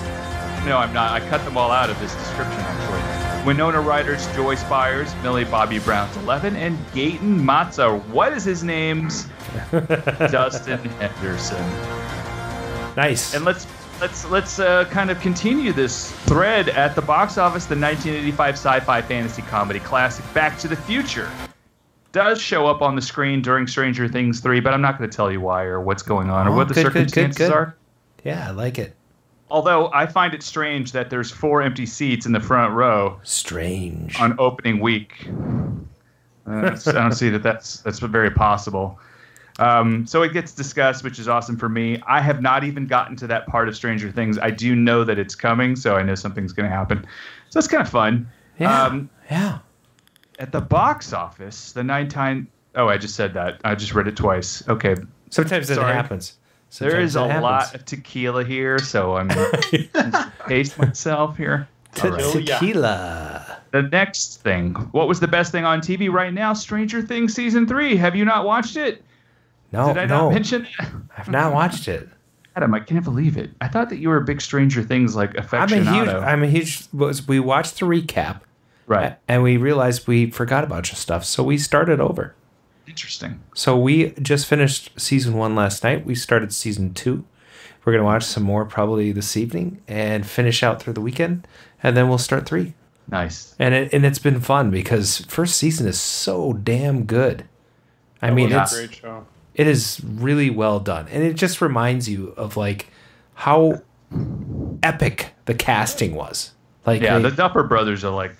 No, I'm not. I cut them all out of this description, actually. Winona Ryder's Joy Spires, Millie Bobby Brown's Eleven, and Gaten Matza. What is his name's? Dustin Henderson. Nice. And let's let's let's uh, kind of continue this thread at the box office. The 1985 sci-fi fantasy comedy classic Back to the Future does show up on the screen during Stranger Things 3, but I'm not going to tell you why or what's going on or Oh, what the good, good, good, circumstances good. are. yeah, I like it. Although I find it strange that there's four empty seats in the front row Strange. on opening week. Uh, I don't see that that's that's very possible. Um, so it gets discussed, which is awesome for me. I have not even gotten to that part of Stranger Things. I do know that it's coming, so I know something's going to happen. So it's kind of fun. yeah. Um, yeah. at the box office, the nine time. Oh, I just said that. I just read it twice. Okay. Sometimes that sorry. happens. Sometimes There is that a happens. lot of tequila here, so I'm pace myself here. Te- All right. Tequila. The next thing. What was the best thing on TV right now? Stranger Things season three. Have you not watched it? No, Did I Oh, no. not mention it? I've not watched it. Adam, I can't believe it. I thought that you were a big Stranger Things like I'm a affectionado. huge. I'm a huge. was- We watched the recap, right. and we realized we forgot a bunch of stuff, so we started over. Interesting. So we just finished season one last night. We started season two. We're We're going to watch some more probably this evening and finish out through the weekend. And then we'll start three. Nice. And, it, and it's been fun because first season is so damn good. I mean, That was it's, a great show. it is really well done and it just reminds you of like how epic the casting was like Yeah, they- the Dupper brothers are like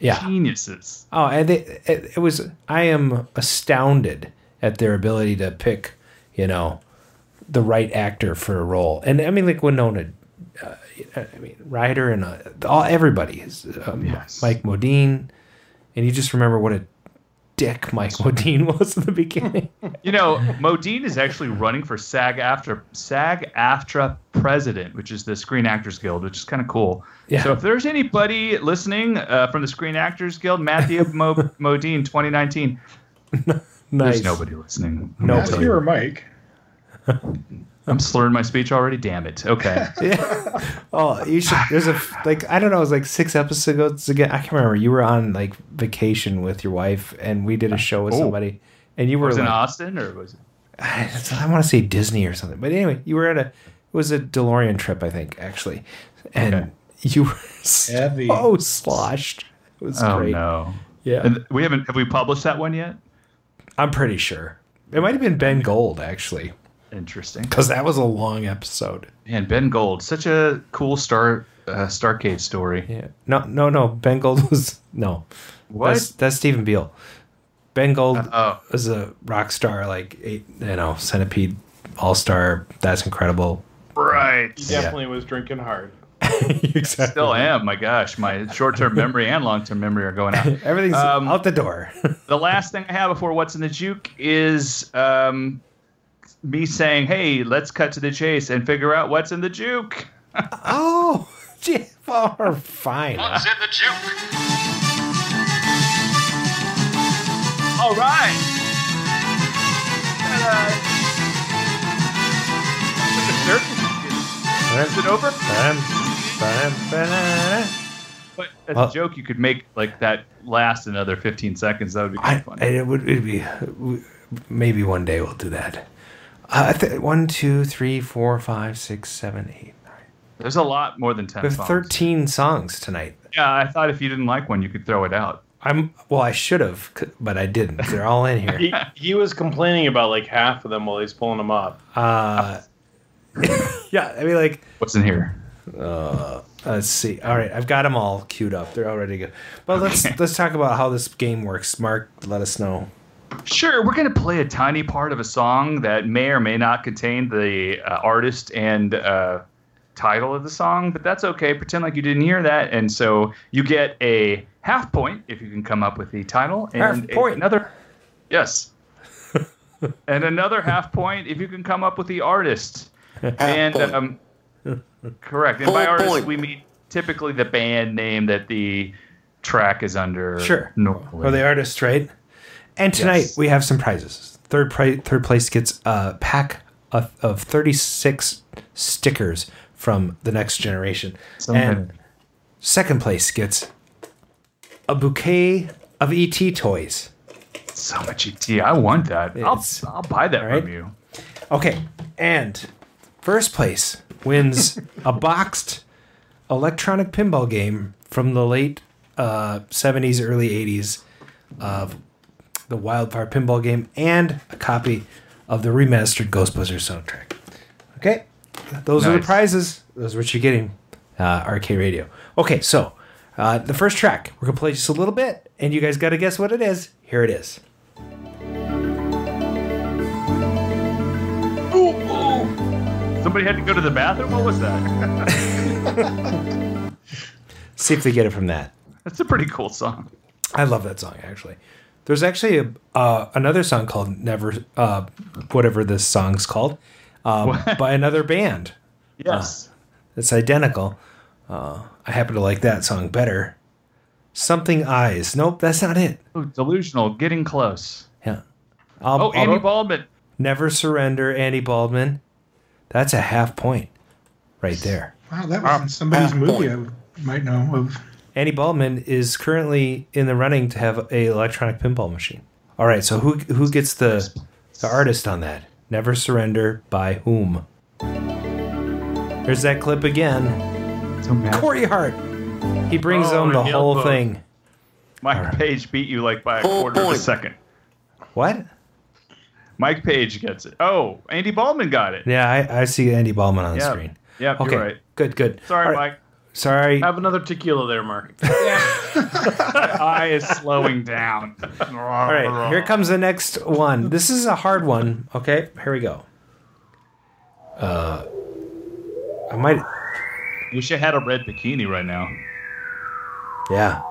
yeah geniuses. oh and they, it, it was i am astounded at their ability to pick you know the right actor for a role and i mean like winona uh, i mean ryder and uh, all everybody is um, Yes. mike modine and you just remember what a dick mike modine was in the beginning You know, Modine is actually running for SAG after SAG AFTRA president, which is the Screen Actors Guild, which is kind of cool. Yeah. So if there's anybody listening uh, from the Screen Actors Guild, Matthew Mo- Modine, 2019. nice There's nobody listening. I'm Nobody. telling you. Matthew or Mike? I'm slurring my speech already. Damn it. Okay. Oh, you should. There's a like I don't know. It was like six episodes ago. I can't remember. You were on like vacation with your wife, and we did a show with Oh. somebody, and you were was it in like, Austin or was it? I want to say Disney or something. But anyway, you were at a it was a DeLorean trip, I think, actually, and Okay. you were Heavy. so sloshed. It was Oh great. no. Yeah, And we haven't have we published that one yet? I'm pretty sure it might have been Ben Gold actually, Interesting. because that was a long episode. Man, Ben Gold, such a cool star uh, Starcade story. Yeah. No, no, no. Ben Gold was no. What? That's, that's Stephen Beale. Ben Gold oh. was a rock star, like eight, you know, centipede all star. That's incredible. Right. He definitely was drinking hard. exactly. Still am. My gosh, my short-term memory and long-term memory are going out. Everything's Um, out the door. The last thing I have before what's in the juke is um, me saying, "Hey, let's cut to the chase and figure out what's in the juke." oh, gee, well, fine. What's in the juke? All right. Is it over? But as Well- a joke, you could make like that last another 15 seconds. That would be kind I, of I- funny. it would it'd be maybe one day we'll do that. Uh, I thi- one, two, three, four, five, six, seven, eight, nine. There's a lot more than 10 We have songs. 13 songs tonight. Yeah, I thought if you didn't like one, you could throw it out. I'm well. I should have, c- but I didn't. They're all in here. He, he was complaining about like half of them while he's pulling them up. Uh, yeah, I mean, like, What's in here? let's see. All right, I've got them all queued up. They're all ready to go. But Okay. let's let's talk about how this game works. Mark, let us know. Sure, we're going to play a tiny part of a song that may or may not contain the uh, artist and uh, title of the song, but that's okay. Pretend like you didn't hear that. And so you get a half point if you can come up with the title. And Half a- point. Another, yes. and another half point if you can come up with the artist. and point. um, correct. And by Full artist, point. we mean typically the band name that the track is under. Sure. Normally. Or the artist, right? And tonight Yes. we have some prizes. Third pri- third place gets a pack of, of 36 stickers from the next generation. And second place gets a bouquet of ET toys. So much ET. I want that. I'll, It's- I'll buy that right. from you. Okay, and first place wins a boxed electronic pinball game from the late uh, 70s, early 80s of the Wildfire pinball game and a copy of the remastered Ghostbusters soundtrack. Okay, those are the Nice. prizes. Those are what you're getting, uh, RK Radio. Okay, so uh, the first track, we're going to play just a little bit, and you guys got to guess what it is. Here it is. Somebody had to go to the bathroom? What was that? See if they get it from that. That's a pretty cool song. I love that song actually. There's actually a, uh, another song called "Never," uh, whatever this song's called, um, by another band. Yes. It's identical. Uh, I happen to like that song better. Something eyes. Nope, that's not it. oh, delusional. Getting close. Yeah. I'll, Oh, I'll- Andy Baldwin. never surrender, Andy Baldwin. That's a half point, right there. Wow, that was in somebody's movie I would- might know of. Andy Baldwin is currently in the running to have a electronic pinball machine. All right, so who who gets the the artist on that? Never Surrender by whom? There's that clip again. Corey Hart. He brings Oh, home the Miguel whole Pope. thing. Mike Page beat you like by a Full quarter of point. a second. What? Mike Page gets it. Oh, Andy Baldwin got it. Yeah, I, I see Andy Ballman on the Yeah. screen. Yeah, okay. you're right. Good, good. Sorry, All Mike. Sorry. Have another tequila there, Mark. My eye is slowing down. All All right, here comes the next one. This is a hard one. Okay, here we go. Uh, I might. Wish I had a red bikini right now. Yeah,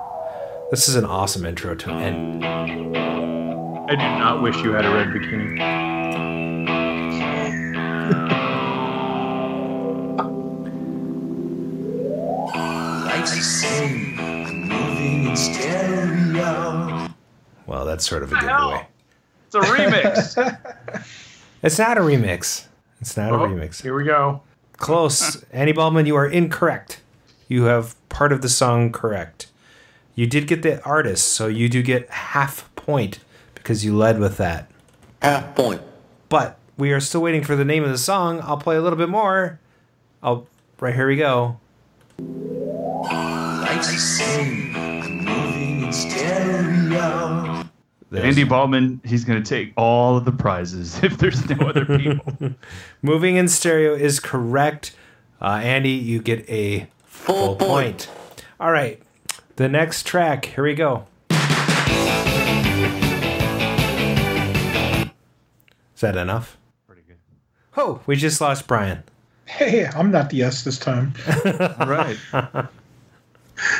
this is an awesome intro to an end. I do not wish you had a red bikini. Lights the same. I'm moving in stereo. Well, that's sort of a giveaway. It's a remix. It's not a remix. It's not Oh, a remix. Here we go. Close. Annie Ballman, you are incorrect. You have part of the song correct. You did get the artist, so you do get half point because you led with that. Half point. But we are still waiting for the name of the song. I'll play a little bit more. I'll right here we go. Lights the same. I'm moving in stereo. Andy Baldwin, he's going to take all of the prizes if there's no other people. Moving in stereo is correct. Uh, Andy, you get a full, point. All right. The next track. Here we go. Is that enough? Pretty good. Oh, we just lost Brian. Hey, I'm not the S this time. right.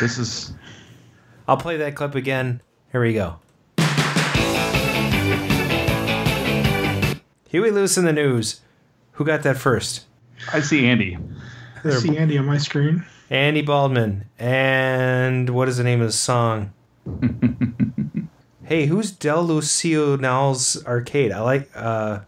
This is. I'll play that clip again. Here we go. Huey Lewis in the news. Who got that first? I see Andy. I see Andy on my screen. Andy Baldwin. And what is the name of the song? hey, who's Del Lucio Nowell's Arcade? I like uh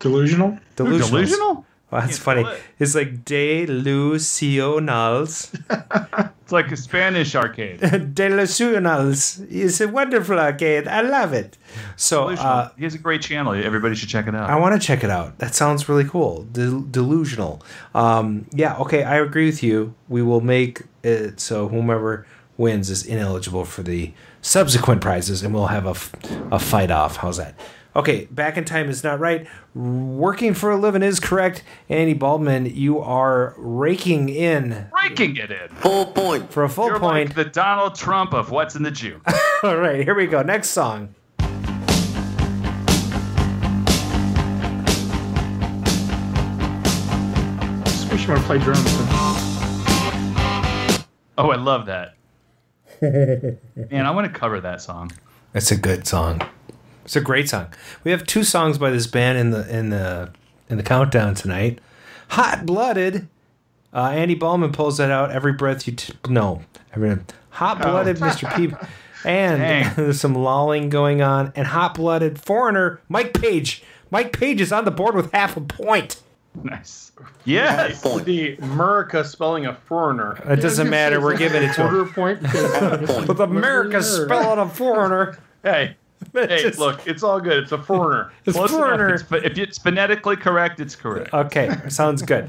Delusional? Delusionals. Delusional? Wow, that's funny. It's like De Lucionals. It's like a Spanish arcade. De Lucionals. It's a wonderful arcade. I love it. So uh, he has a great channel. Everybody should check it out. I want to check it out. That sounds really cool. Del- delusional. Um, yeah, okay, I agree with you. We will make it so whomever wins is ineligible for the subsequent prizes, and we'll have a, f- a fight off. How's that? Okay, back in time is not right. Working for a living is correct. Andy Baldwin, you are raking in Breaking it in. full point for a full You're point. like the Donald Trump of What's in the Jew. All right, here we go. Next song. I just wish I would play drums. Oh, I love that. Man, I want to cover that song. It's a good song. It's a great song. We have two songs by this band in the in the in the countdown tonight. Hot blooded. Uh, Andy Ballman pulls that out. Every breath you t- no. Every hot blooded Oh. Mr. Peep. And there's some lolling going on. And hot blooded foreigner Mike Page. Mike Page is on the board with half a point. Nice. Yes. The America spelling of foreigner. It doesn't matter. We're giving it to Quarter him. point. With America spelling a foreigner. Hey, hey, look, it's all good. It's a foreigner. It's Close enough. foreigner. It's But if it's phonetically correct, it's correct. Okay, sounds good.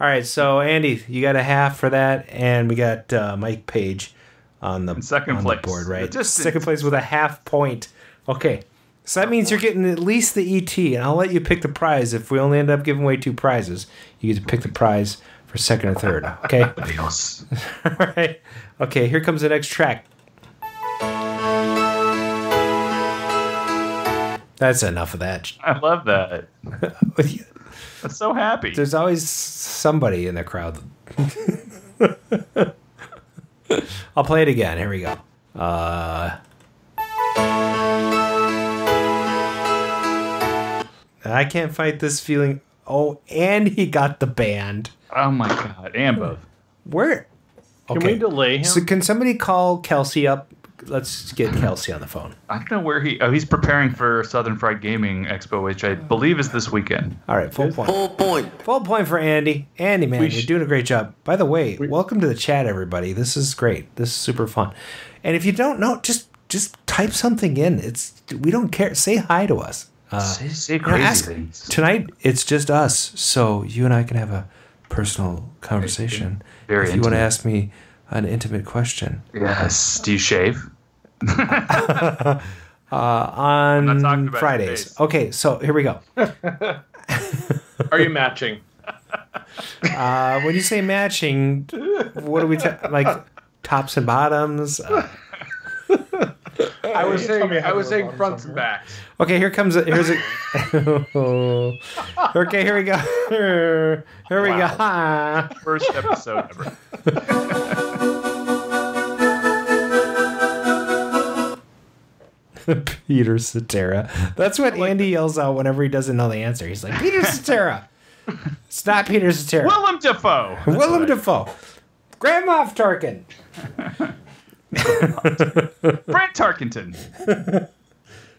All right, so Andy, you got a half for that, and we got uh, Mike Page on the second on place. the board, right? The distance. second place with a half point. Okay, so that means you're getting at least the ET, and I'll let you pick the prize. If we only end up giving away two prizes, you get to pick the prize for second or third. Okay. All right. Okay. Here comes the next track. That's enough of that. I love that. I'm so happy. There's always somebody in the crowd. I'll play it again. Here we go. Uh, I can't fight this feeling. Oh, and he got the band. Oh my god, Ambo. Where? Can we delay him? So can somebody call Kelsey up? Let's get Kelsey on the phone. I don't know where he. Oh, he's preparing for Southern Fried Gaming Expo, which I believe is this weekend. All right, full point. Full point. Full point for Andy. Andy, man, We you're sh- doing a great job. By the way, welcome to the chat, everybody. This is great. This is super fun. And if you don't know, just just type something in. It's we don't care. Say hi to us. Uh, Say- say you know, crazy things. Tonight it's just us, so you and I can have a personal conversation. Very if you want to intimate. ask me an intimate question. Yes. Do you shave? uh, on about your Fridays. Okay, so here we go. Are you matching? Uh, when you say matching, what are we ta- like? Tops and bottoms. Uh, I was saying I was saying fronts and backs. okay, here comes a, here's a. okay, here we go. Here we go. First episode ever. Peter Cetera. That's what Andy yells out whenever he doesn't know the answer. He's like, Peter Cetera. it's not Peter Cetera. Willem Dafoe. Willem Dafoe. Grand Moff Tarkin. Brent Tarkington.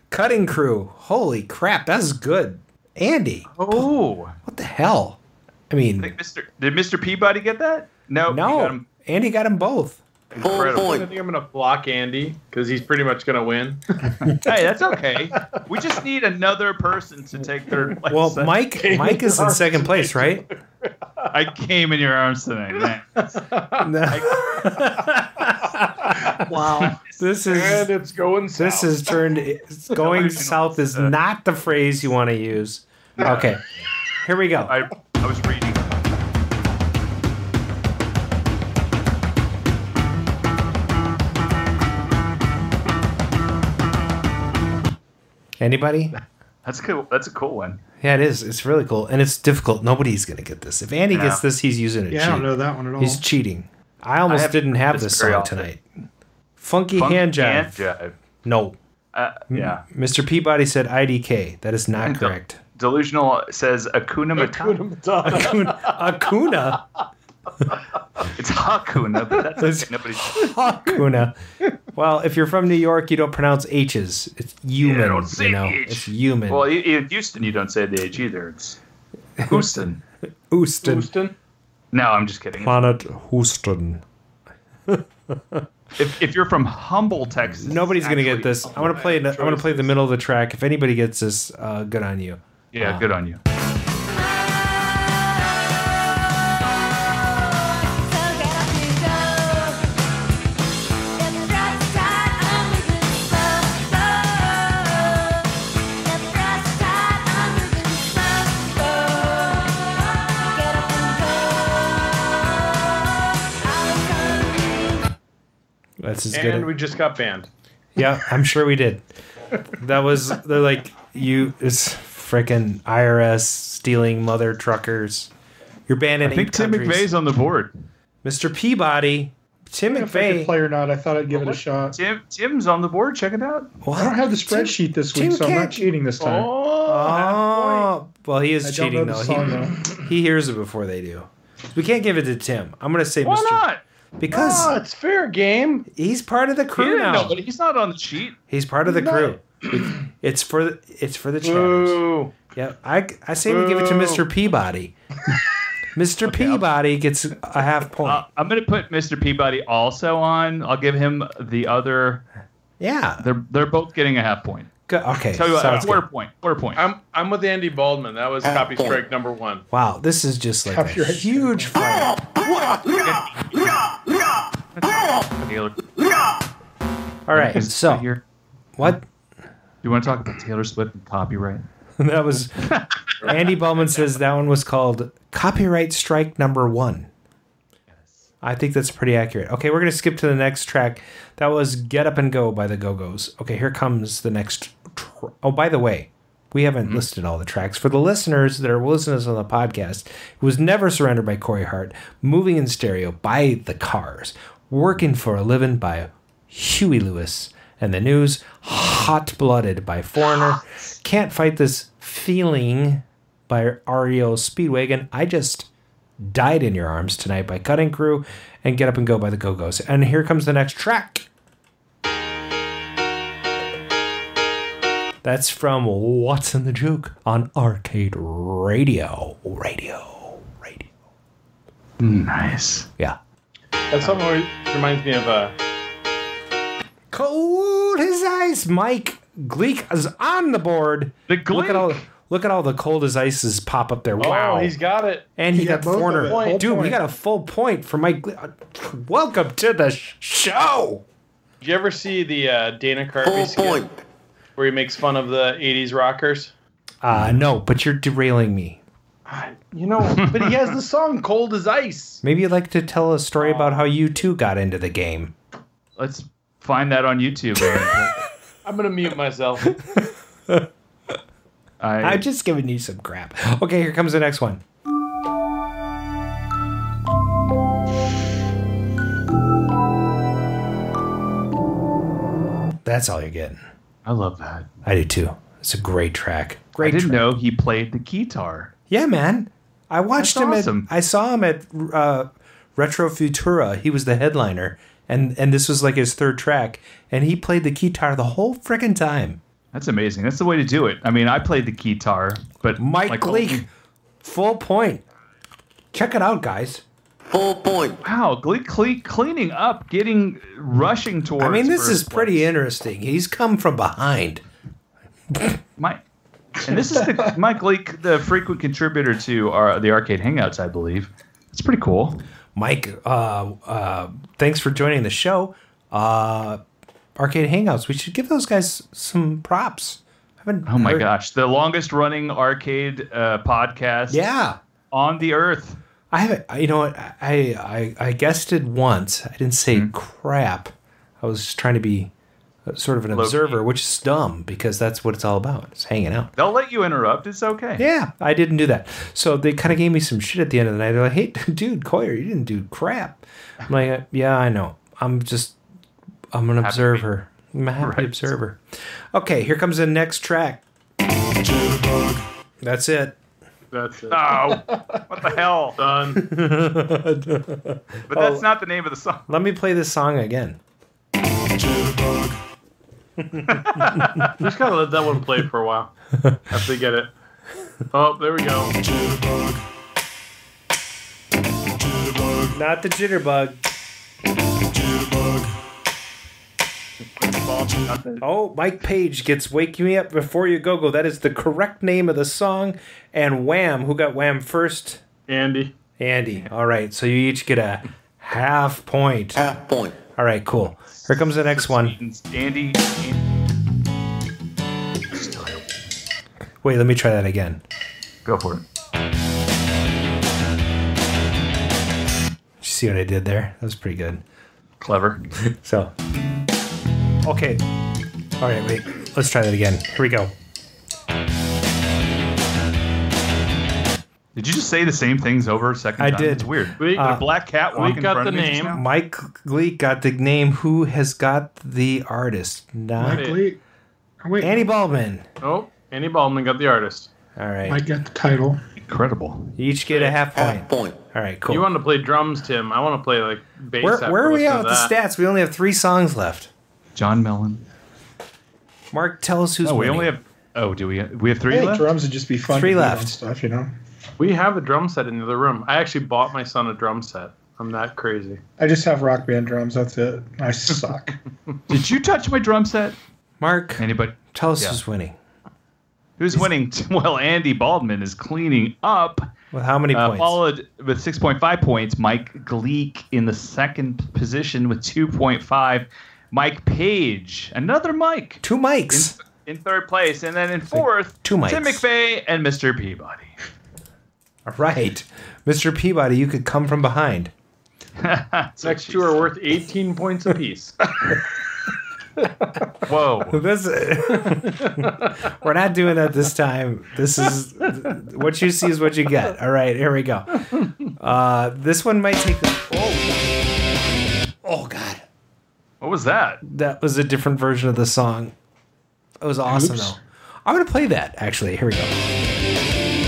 Cutting crew. Holy crap, that's good. Andy. Oh. What the hell? I mean, Mr. Did Mr. Peabody get that? No. No. Got him. Andy got them both. I think I'm gonna block Andy because he's pretty much gonna win. Hey, that's okay. We just need another person to take third place. Well, Mike Mike is in second place, right? I came in your arms tonight, man. wow. This is And it's going This is turned it's going south is not the phrase you want to use. Okay. Here we go. I, I was reading. Anybody? That's cool. That's a cool one. Yeah, it is. It's really cool, and it's difficult. Nobody's gonna get this. If Andy gets No. this, he's using it. Yeah, I don't know that one at all. He's cheating. I almost have- didn't have it's this very song often. tonight. Funky, Funky hand Hmm. job. hand jive. No, Uh, yeah. Mr. Peabody said IDK. That is not Del- correct. Delusional says Akuna Matata. Akuna, Akuna, It's Hakuna, but that's It's- nobody's. Akuna. Well, if you're from New York, you don't pronounce H's. It's human. don't say you know, the H. it's human. Well, i- in Houston, you don't say the H either. It's Houston. Houston, Houston. no, I'm just kidding. planet Houston. If, if you're from Humble, Texas, Nobody's gonna get actually- this. I want to play. I want to play the middle of the track. If anybody gets this, uh, good on you. Yeah, good on you. That's as good. And we just got banned. Yeah, I'm sure we did. That was they're like you. It's freaking IRS stealing mother truckers. You're banned in I think eight Tim countries. McVeigh's on the board. Mr. Peabody, Tim If I could McVeigh. play or not, I thought I'd give it a shot. Tim Tim's on the board. Check it out. I don't have the spreadsheet this week, Tim so I'm can't- not cheating this time. Oh, Oh, well, he is I don't know cheating the though. song, He, though. he hears it before they do. We can't give it to Tim. I'm gonna say Why Mr. not? Because Oh, it's fair game. he's part of the He crew didn't know, now. but he's not on the sheet. He's part of the crew. It's for the, it's for the chatters. Ooh. Yeah, I, I say we give it to Boo. Mr. Peabody. Mr. Peabody gets a half point. Uh, I'm gonna put Mr. Peabody also on. I'll give him the other. yeah. They're they're both getting a half point. Go- okay. Tell you what, uh, sounds quarter good. point. Quarter point. I'm I'm with Andy Baldwin. That was copy strike number one. Wow, this is just like a Copyright. huge fight. Taylor. All right, Is so here. what? You want to talk about Taylor Swift and copyright? That was Andy Bellman says that one was called copyright strike number one. I think that's pretty accurate. Okay, we're gonna skip to the next track. That was "Get Up and Go" by the Go Go's. Okay, here comes the next. Tr- oh, by the way, we haven't listed all the tracks for the listeners that are listening to us on the podcast. It was "Never Surrendered" by Corey Hart, "Moving in Stereo" by The Cars, "Working for a Living" by Huey Lewis, and the news "Hot Blooded" by Foreigner, "Can't Fight This Feeling" by REO Speedwagon. I just died in your arms tonight by Cutting Crew and Get Up and Go by the Go Go's. And here comes the next track. That's from What's in the Juke on Arcade Radio. Radio. Radio. Nice. Yeah. That song always reminds me of uh, Cold as ice, Mike Gleek is on the board. The Oh, Look at all Look at all the cold as ices pop up there. Wow, Oh, he's got it. and he, He got got both of corner. it. Point, Dude, we point. got a full point for Mike. Gl- Welcome to the sh- show. Did you ever see the uh, Dana Carvey skit where he makes fun of the '80s rockers? Uh, no, but you're derailing me. You know, but he has the song "Cold as Ice." Maybe you'd like to tell a story about how you too got into the game. Let's find that on YouTube. Aaron. I'm gonna mute myself. I, I'm just giving you some crap. Okay, here comes the next one. That's all you're getting. I love that. I do too. It's a great track. Great I didn't track. know he played the guitar. Yeah, man. I watched That's him. awesome. At, I saw him at uh, Retro Futura. He was the headliner, and and this was like his third track, and he played the guitar the whole freaking time. That's amazing. That's the way to do it. I mean, I played the guitar, but Mike like, Gleek, full point. Check it out, guys. Full point. Wow, Gleek cle- cleaning up, getting rushing towards. I mean, this first is place. pretty interesting. He's come from behind. Mike. And this is the Mike Leake, the frequent contributor to our, the arcade hangouts, I believe. It's pretty cool. Mike, uh, uh, thanks for joining the show. Uh, Arcade Hangouts. We should give those guys some props. I haven't Oh my heard- gosh, the longest running arcade uh, podcast Yeah. on the earth. I haven't. I- You know what? I I I guested once. I didn't say crap. I was just trying to be uh, sort of an Low-key. observer, which is dumb because that's what it's all about. It's hanging out. They'll let you interrupt. It's okay. Yeah, I didn't do that. So they kind of gave me some shit at the end of the night. They're like, "Hey, dude, Coyer, you didn't do crap." I'm like, "Uh, "Yeah, I know. I'm just I'm an observer. I'm a happy Right. observer." Okay, here comes the next track. That's it. That's it. Oh, what the hell? Done. But that's not the name of the song. Let me play this song again. Just gotta let that one play for a while. Have to get it. Oh, there we go. Not the jitterbug. Oh, Mike Page gets Wake Me Up Before You Go Go. That is the correct name of the song. And Wham, who got Wham first? Andy. Andy. All right, so you each get a half point. Half point. All right, cool. Here comes the next one. Andy. Wait, let me try that again. Go for it. Did you see what I did there? That was pretty good. Clever. So, okay. All right, wait. Let's try that again. Here we go. Did you just say the same things over a second I time? did. Uh, It's weird. We- Did a black cat we walk in got front the of me just name. now? Mike Gleek got the name. Who has got the artist? Mike- Not Mike Lee. Oh, wait, Andy Baldwin. Oh, Andy Baldwin got the artist. All right. Mike got the title. Incredible. you each get a half point. Half point. All right, cool. You wanted to play drums, Tim. I want to play like bass. where after where are we listening at with to the that. stats? We only have three songs left. John Mellon. Mark, tell us who's No, we winning. only have. Oh, do we? We have I three think left. drums would just be fun. Three to do left. and Stuff, you know. We have a drum set in the other room. I actually bought my son a drum set. I'm that crazy. I just have rock band drums. That's it. I suck. Did you touch my drum set? Mark, Anybody? tell us Yeah. who's winning. Who's winning? Well, Andy Baldwin is cleaning up, With how many uh, points? followed with 6.5 points. Mike Gleek in the second position with 2.5. Mike Page, another Mike, Two mics. in third place. And then in fourth, two Mikes. Tim McVeigh and Mr. Peabody. All right. Mr. Peabody, you could come from behind. Next two are worth 18 points apiece. Whoa. This, we're not doing that this time. This is what you see is what you get. All right, here we go. Uh, this one might take. The, oh, oh God, What was that? that was a different version of the song. It was awesome Oops. though. I'm gonna play that actually. Here we go.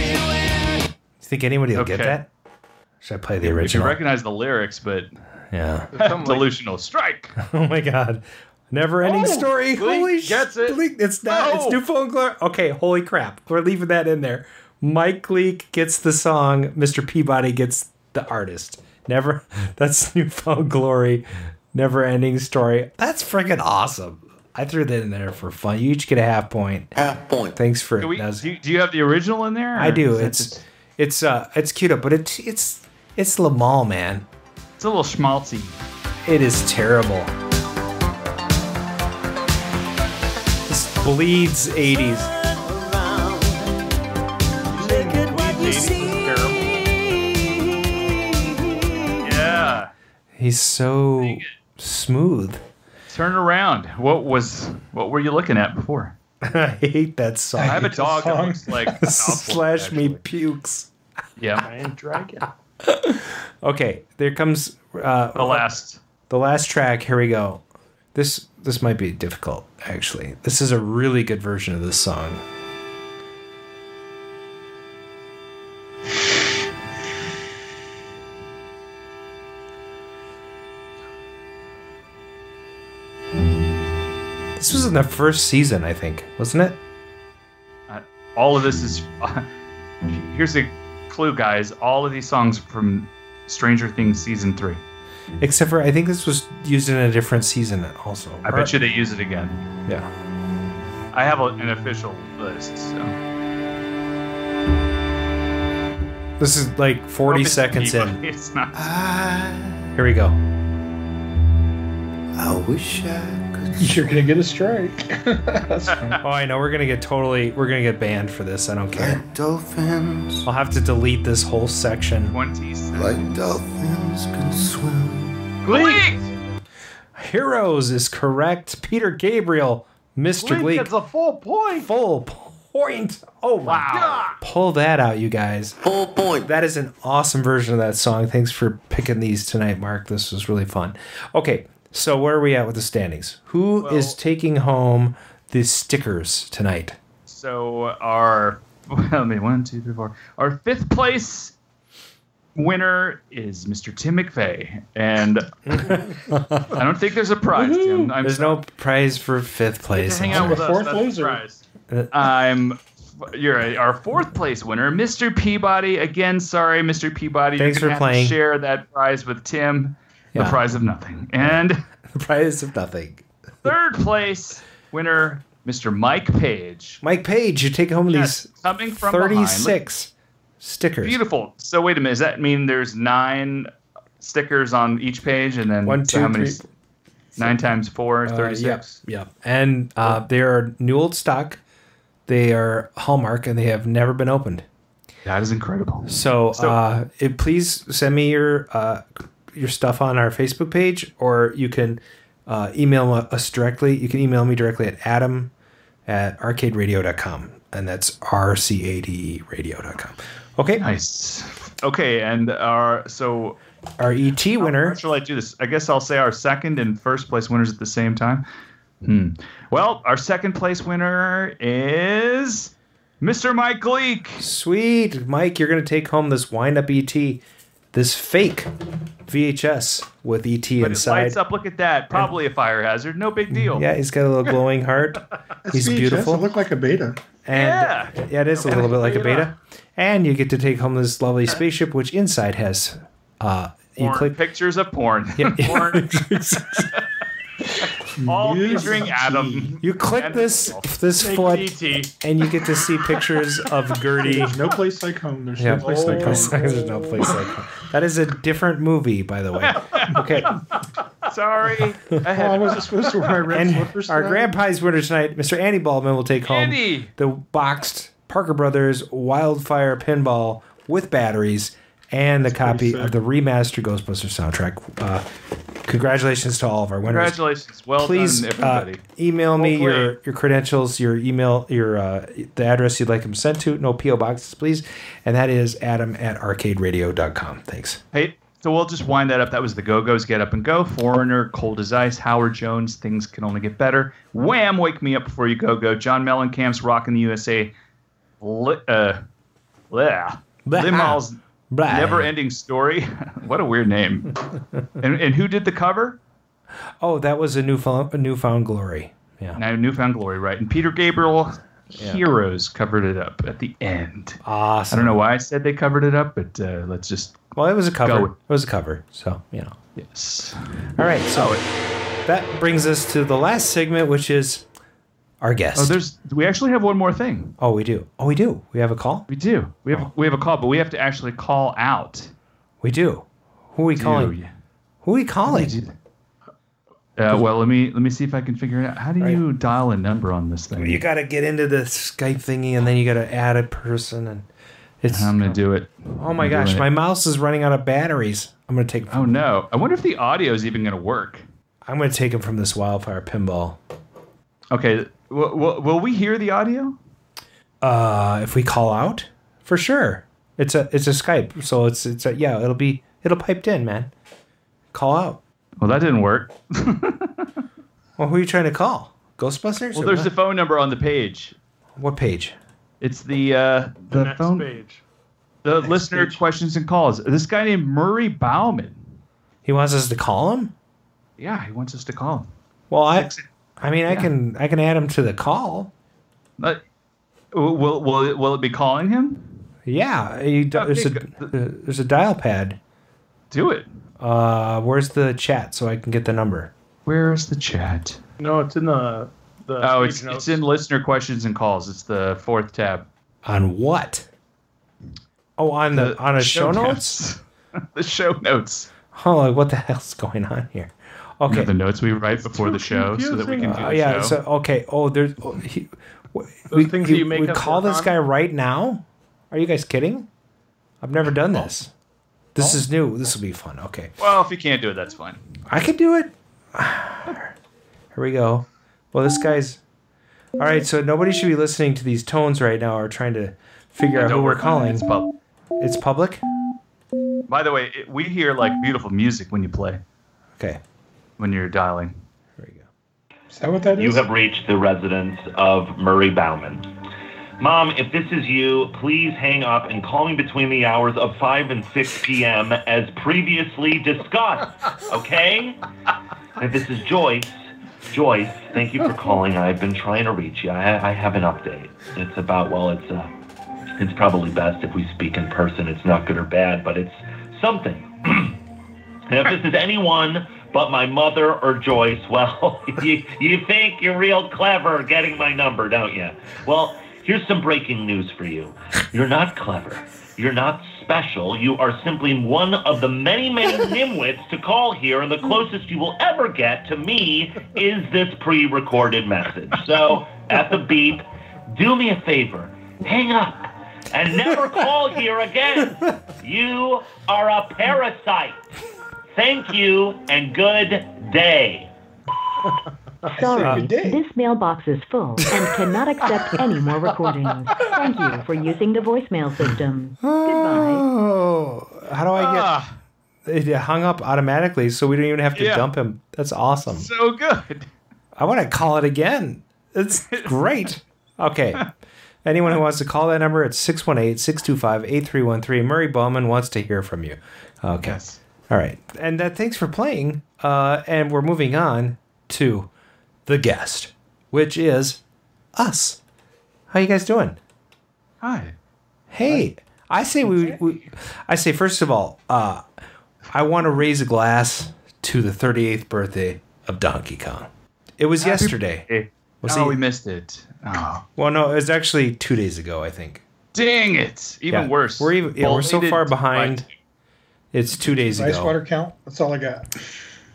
You think anybody will get Okay. that? Should I play the If you original? recognize the lyrics, but Yeah. Something like- delusional strike. Oh my god. Never ending Oh, story. Gleek holy gets it. Gleek, it's not. It's No. New Phone Glory. Okay, holy crap. We're leaving that in there. Mike Gleek gets the song. Mr. Peabody gets the artist. Never. That's New Phone Glory. Never ending story. That's freaking awesome. I threw that in there for fun. You each get a half point. Half point. Thanks for Can we- Nuz. do, you, do you have the original in there? I or do. is that It's just- it's uh it's cute up, but it's it's it's Lamal, man. it's a little schmaltzy. It is terrible. This bleeds 80s. Yeah. He's so smooth. Turn around. What was? What were you looking at before? I hate that song. I have a dog that looks like Slash me pukes. Yeah. Dragon. Okay, there comes uh, The last. the last track. Here we go. This this might be difficult actually. This is a really good version of this song. This was in the first season, I think, wasn't it? Uh, all of this is. here's a clue, guys. All of these songs from Stranger Things season three. Except for I think this was used in a different season also. I bet you they use it again. Yeah. I have a, an official list. So. This is like 40 Hope it's seconds in. Ah. Peabody. It's not. Here we go. I wish I could. You're gonna get a strike. That's fine. Oh, I know we're gonna get totally we're gonna get banned for this. I don't care. Like dolphins, I'll have to delete this whole section. Twenty. seconds. like dolphins can swim. Gleek. Heroes is correct. Peter Gabriel, Mr. Gleek, a full point. full point. Oh my Wow. Pull that out, you guys. Full point. That is an awesome version of that song. Thanks for picking these tonight, Mark. This was really fun. Okay, so where are we at with the standings? Who is taking home the stickers tonight? So our let me one, two, three, four. Our fifth place winner is Mr. Tim McVeigh, and I don't think there's a prize. Tim. I'm There's no prize for fifth place. hang out with us. Fourth That's the loser. prize. I'm. You're right. our fourth place winner, Mr. Peabody. Again, sorry, Mr. Peabody. Thanks you're for gonna have to playing. share that prize with Tim. Yeah. The prize of nothing. And The prize of nothing. third place winner, Mr. Mike Page. Mike Page, you take home Yes, these coming from behind. Look 36 stickers. Beautiful. So wait a minute. Does that mean there's nine stickers on each page, and then One, so two, how many? three- Nine times four, Uh, yep, thirty-six. yep. And uh, they are new old stock. They are Hallmark and they have never been opened. That is incredible. So, So- uh, it, please send me your uh, your stuff on our Facebook page, or you can uh, email us directly. You can email me directly at adam at arcaderadio.com. And that's R C A D E radio.com. Okay. Nice. Okay, and our so Our ET how winner. shall I do this? I guess I'll say our second and first place winners at the same time. Hmm. Well, our second place winner is Mr. Mike Leake. Sweet. Mike, you're going to take home this wind up ET, this fake VHS with ET But it inside. lights up. Look at that. Probably a fire hazard. No big deal. Yeah, he's got a little glowing heart. He's VHS, It beautiful. looked like a beta. And Yeah. yeah. it is a little bit like a beta. And you get to take home this lovely spaceship, which inside has uh you Porn. click pictures of porn. porn. All featuring Adam. you click And- this this foot DT. and you get to see pictures of Gertie. There's no place like home. There's Yeah, no place like there's home. no place like home. That is a different movie, by the way. Okay. Sorry. Oh, I wasn't supposed to wear my red And slippers. our tonight? grandpa's winner tonight, Mr. Andy Baldwin, will take home Andy! the boxed Parker Brothers Wildfire Pinball with batteries and a copy sick. of the remastered Ghostbusters soundtrack. Uh, congratulations to all of our winners. Congratulations. Well Please done, uh, everybody. email me your, Hopefully. your credentials, your email, your uh, the address you'd like them sent to. No PO boxes, please. And that is adam at arcaderadio.com. Thanks. hey, so we'll just wind that up. That was the Go Go's Get Up and Go, Foreigner, Cold as Ice, Howard Jones, Things Can Only Get Better, Wham, Wake Me Up Before You Go Go, John Mellencamp's Rockin' the USA, Li- uh, bleh. Blah. Limal's Bye. Never Ending Story. what a weird name. and, and who did the cover? Oh, that was a newfound, a newfound glory. Yeah. Now, Newfound Glory, right? And Peter Gabriel Yeah. Heroes covered it up at the end. Awesome. I don't know why I said they covered it up, but uh, let's just. Well, it was a cover. Go. It was a cover, so you know. Yes. All right, so that brings us to the last segment, which is our guest. Oh, there's. We actually have one more thing. Oh, we do. Oh, we do. We have a call. We do. We have. We have a call, but we have to actually call out. We do. Who are we calling? Dude. Who are we calling? Uh, well, let me let me see if I can figure it out. How do you dial a number on this thing? You got to get into the Skype thingy, and then you got to add a person, and it's. I'm gonna do it. oh my gosh, my mouse is running out of batteries. I'm gonna take. Oh no! I wonder if the audio is even gonna work. I'm gonna take him from this wildfire pinball. Okay. Will, will, will we hear the audio? Uh, if we call out, for sure. It's a it's a Skype, so it's it's a, yeah. It'll be it'll piped in, man. Call out. Well, that didn't work. Well, who are you trying to call? Ghostbusters? Well, or there's what? the phone number on the page. what page? It's the uh, the, next phone, page. the listener questions and calls. This guy named Murray Bauman. He wants us to call him. Yeah, he wants us to call him. Well, I, I mean, I can I can add him to the call. Uh, will will it, will it be calling him? Yeah, you do, Okay, there's a good. uh, there's a dial pad. Do it. Uh, where's the chat so I can get the number? Where is the chat? No, it's in the the. Oh, page it's notes. it's in listener questions and calls. It's the fourth tab. On what? Oh, on the, on a show, notes. notes? the show notes. Oh, like, what the hell's going on here? You know, Okay. the notes we write before the show so that we can do the Uh, yeah. show. So okay. Oh, there's. Oh, he, w- we, things we- that you make we up call work this on? guy right now. Are you guys kidding? I've never done this. This is new. This will be fun. Okay, well, if you can't do it, that's fine. I can do it. Here we go. Well, this guy's. All right. So nobody should be listening to these tones right now or trying to figure out No, who we're calling. It's pub- It's public. By the way, it, we hear like beautiful music when you play, Okay. when you're dialing. Here we go. Is that what that You is? have reached the residence of Murray Bauman. Mom, if this is you, please hang up and call me between the hours of 5 and 6 p.m. as previously discussed, okay? And if this is Joyce, Joyce, thank you for calling. I've been trying to reach you. I, I have an update. It's about, well, it's, uh, it's probably best if we speak in person. It's not good or bad, but it's something. Now, if this is anyone but my mother or Joyce, well, you, you think you're real clever getting my number, don't you? Well, here's some breaking news for you. You're not clever. You're not special. You are simply one of the many, many nimwits to call here, and the closest you will ever get to me is this pre recorded message. So, at the beep, do me a favor hang up and never call here again. You are a parasite. Thank you and good day. Sorry, this mailbox is full and cannot accept any more recordings. Thank you for using the voicemail system. Oh, how do I get? It hung up automatically, so we don't even have to Ah. Yeah. dump him. That's awesome. So good. I want to call it again. It's great. Okay. Anyone who wants to call that number, it's 618 625 8313. Murray Bowman wants to hear from you. Okay. All right. And uh, thanks for playing. Uh, and we're moving on to the guest, which is us. How you guys doing? Hi. Hey, I say we, we I say first of all, uh, I want to raise a glass to the 38th birthday of Donkey Kong. It was yesterday. We'll oh, see. we missed it. Oh, Well, no, it was actually two days ago, I think. dang it! Even Yeah. worse. We're even, yeah, we're so Belated far behind. It's two days Ice ago. water count. That's all I got.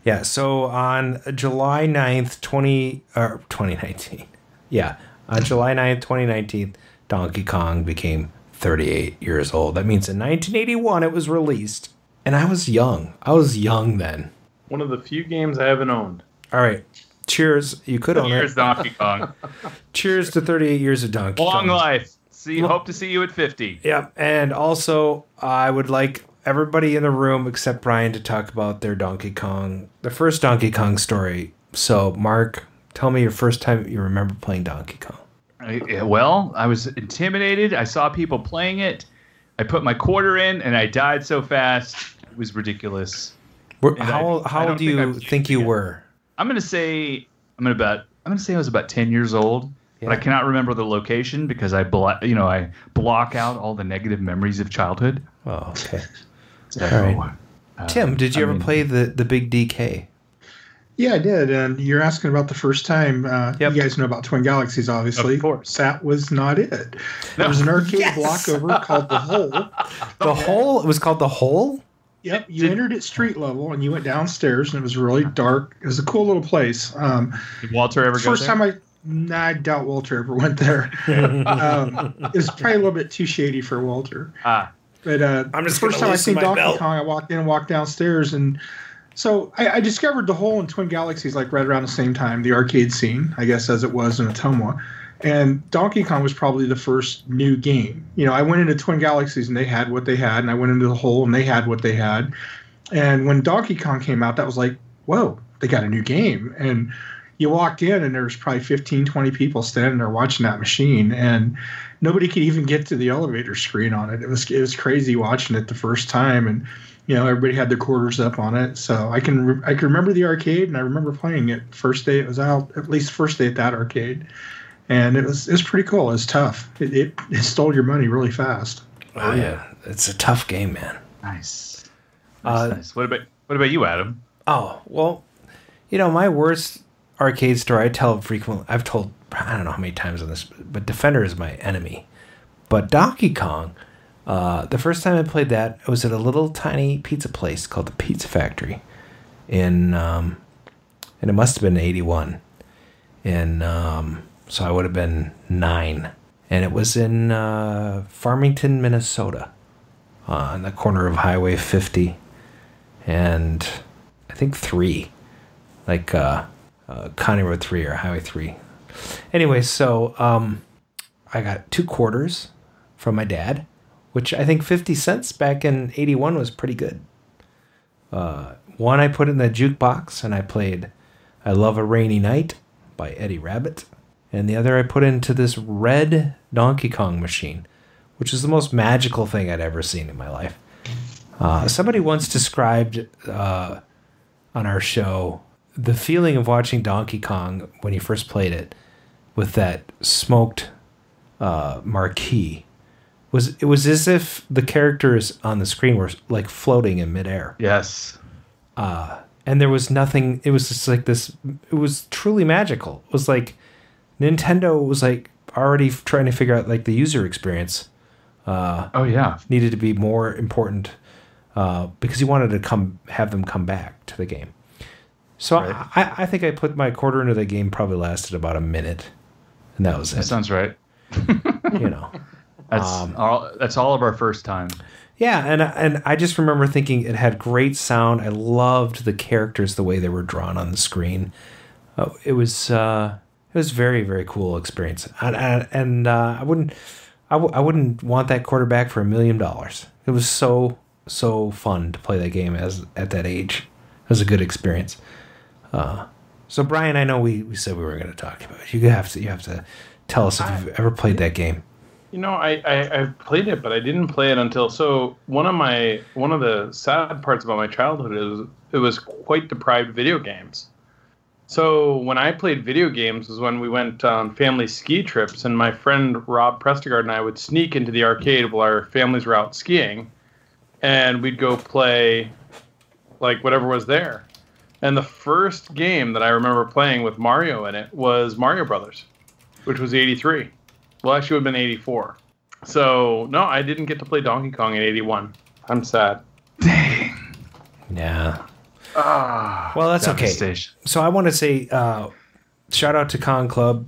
Yeah. So on July 9th, 20, or 2019. Yeah. On July 9th, 2019, Donkey Kong became 38 years old. That means in 1981 it was released. And I was young. I was young then. One of the few games I haven't owned. All right. Cheers. You could own Here's it. Donkey Kong. Cheers to 38 years of Donkey Long Kong. life. See, hope to see you at fifty. Yeah, and also I would like everybody in the room except Brian to talk about their Donkey Kong, the first Donkey Kong story. So, Mark, tell me your first time you remember playing Donkey Kong. I, yeah, well, I was intimidated. I saw people playing it. I put my quarter in, and I died so fast. It was ridiculous. Where, And I- how I how don't do think I you played think you were I'm gonna say I'm gonna bet I'm gonna say I was about 10 years old, but I cannot remember the location because I block you know I block out all the negative memories of childhood. Oh, okay. So, All right. uh, Tim, did you I ever mean- play the the big DK? Yeah, I did. And you're asking about the first time. Uh, You guys know about Twin Galaxies, obviously. Of course. That was not it. There was an arcade block over called The Hole. The hole. It was called the hole. Yep. You entered at street level and you went downstairs, and it was really dark. It was a cool little place. Um, Did Walter ever go first there? time I. Nah, I doubt Walter ever went there. um, it was probably a little bit too shady for Walter. ah, But uh, I'm just the first gonna time I loosen seen my Donkey belt. Kong, I walked in and walked downstairs, and so I, I discovered the hole in Twin Galaxies like right around the same time, the arcade scene, I guess, as it was in Otoma. And Donkey Kong was probably the first new game. You know, I went into Twin Galaxies and they had what they had, and I went into the hole and they had what they had. And when Donkey Kong came out, that was like, whoa, they got a new game. And you walked in and there was probably 15, 20 people standing there watching that machine. And nobody could even get to the elevator screen on it. It was it was crazy watching it the first time, and you know everybody had their quarters up on it. So I can re- I can remember the arcade, and I remember playing it first day it was out, at least first day at that arcade, and it was it was pretty cool. It was tough. It it, it stole your money really fast. Oh yeah, it's a tough game, man. Nice. Uh, nice. What about what about you, Adam? Oh well, you know my worst arcade story. I tell frequently. I've told I don't know how many times on this, but Defender is my enemy. But Donkey Kong, uh, the first time I played that, it was at a little tiny pizza place called the Pizza Factory, in um, and it must have been '81, and um, so I would have been nine, and it was in uh, Farmington, Minnesota, uh, on the corner of Highway 50 and I think three, like uh, uh, County Road three or Highway three. Anyway, so um, I got two quarters from my dad, which I think fifty cents back in eighty one was pretty good. Uh, one I put in the jukebox and I played "I Love a Rainy Night" by Eddie Rabbit, and the other I put into this red Donkey Kong machine, which is the most magical thing I'd ever seen in my life. Uh, somebody once described uh, on our show the feeling of watching Donkey Kong when you first played it with that smoked uh, marquee was it was as if the characters on the screen were like floating in midair. Yes. Uh, and there was nothing. It was just like this. It was truly magical. It was like Nintendo was like already f- trying to figure out like the user experience. Uh, oh yeah, needed to be more important uh, because he wanted to come have them come back to the game. So I, I, I think I put my quarter into the game. Probably lasted about a minute, and that was it. That sounds right. you know. That's Um, all. That's all of our first time. Yeah, and and I just remember thinking it had great sound. I loved the characters the way they were drawn on the screen. Uh, it was uh, it was very very cool experience, and and, and uh, I wouldn't I, w- I wouldn't want that quarterback for a million dollars. It was so so fun to play that game as at that age. It was a good experience. Uh, so Brian, I know we, we said we were going to talk about it. You have to you have to tell us if you've ever played that game. You know, I, I I played it, but I didn't play it until so one of my one of the sad parts about my childhood is it was quite deprived video games. So when I played video games was when we went on family ski trips, and my friend Rob Prestigard and I would sneak into the arcade while our families were out skiing, and we'd go play like whatever was there. And the first game that I remember playing with Mario in it was Mario Brothers, which was '83. Well, actually, it would have been 84. So, no, I didn't get to play Donkey Kong in 81. I'm sad. Yeah. well, that's okay. devastation. So I want to say uh, shout out to Con Club.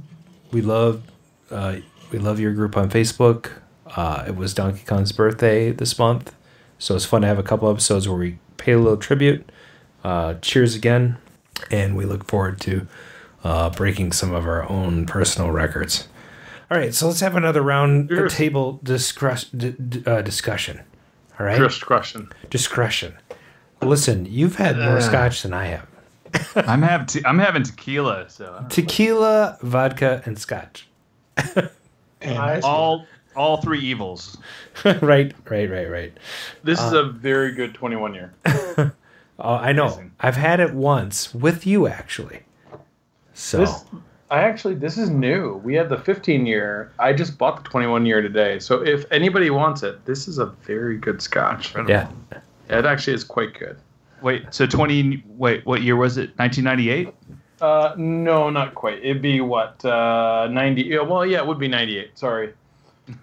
We love uh, we love your group on Facebook. Uh, it was Donkey Kong's birthday this month, so it's fun to have a couple episodes where we pay a little tribute. Uh, cheers again, and we look forward to uh, breaking some of our own personal records. All right, so let's have another round of table discuss- d- d- uh, discussion. All right, discretion. Discretion. Listen, you've had more Ugh. scotch than I have. I'm have te- I'm having tequila, so Tequila, vodka, and scotch. all all three evils. Uh. right, right, right, right. This is a very good 21 year. Uh, I know. I've had it once with you actually. So This, I actually, this is new. We had the 15 year. I just bought the 21 year today. So if anybody wants it, this is a very good scotch. Yeah. It actually is quite good. Wait, so 20, wait, what year was it? 1998? Uh, no, not quite. It'd be what uh, 90. Yeah, well, yeah, it would be 98. Sorry.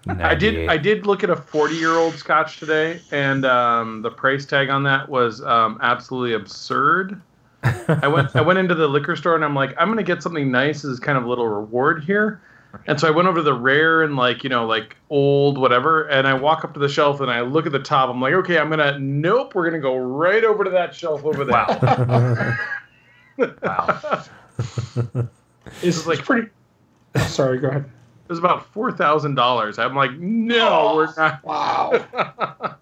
I did. 98. I did look at a 40 year old Scotch today, and um, the price tag on that was um, absolutely absurd. I went. I went into the liquor store, and I'm like, I'm gonna get something nice as kind of a little reward here. And so I went over to the rare and like you know like old whatever, and I walk up to the shelf and I look at the top. I'm like, okay, I'm gonna nope. We're gonna go right over to that shelf over there. This is like pretty. Sorry, go ahead. It was about four thousand dollars. I'm like, no, we're not. Wow.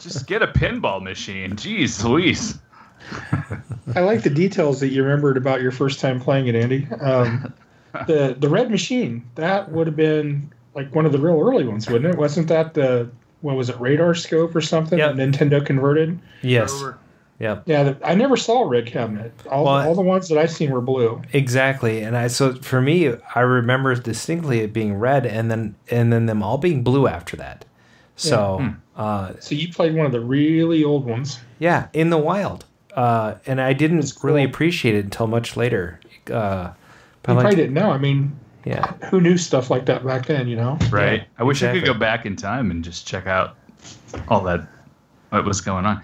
Just get a pinball machine. Jeez Louise. I like the details that you remembered about your first time playing it, Andy. Um, the the red machine that would have been like one of the real early ones, wouldn't it? Wasn't that the what was it radar scope or something? that Nintendo converted. Yes. Yep. Yeah, the, I never saw a red cabinet. All, Well, all the ones that I've seen were blue. Exactly, and I so for me, I remember distinctly it being red, and then and then them all being blue after that. So, Hmm. Yeah. uh, So you played one of the really old ones. yeah, in the wild, uh, and I didn't really appreciate it until much later. Uh, but you like- probably didn't know. I mean, yeah, who knew stuff like that back then? You know, Right. Yeah. I wish I could go back in time and just check out all that what was going on.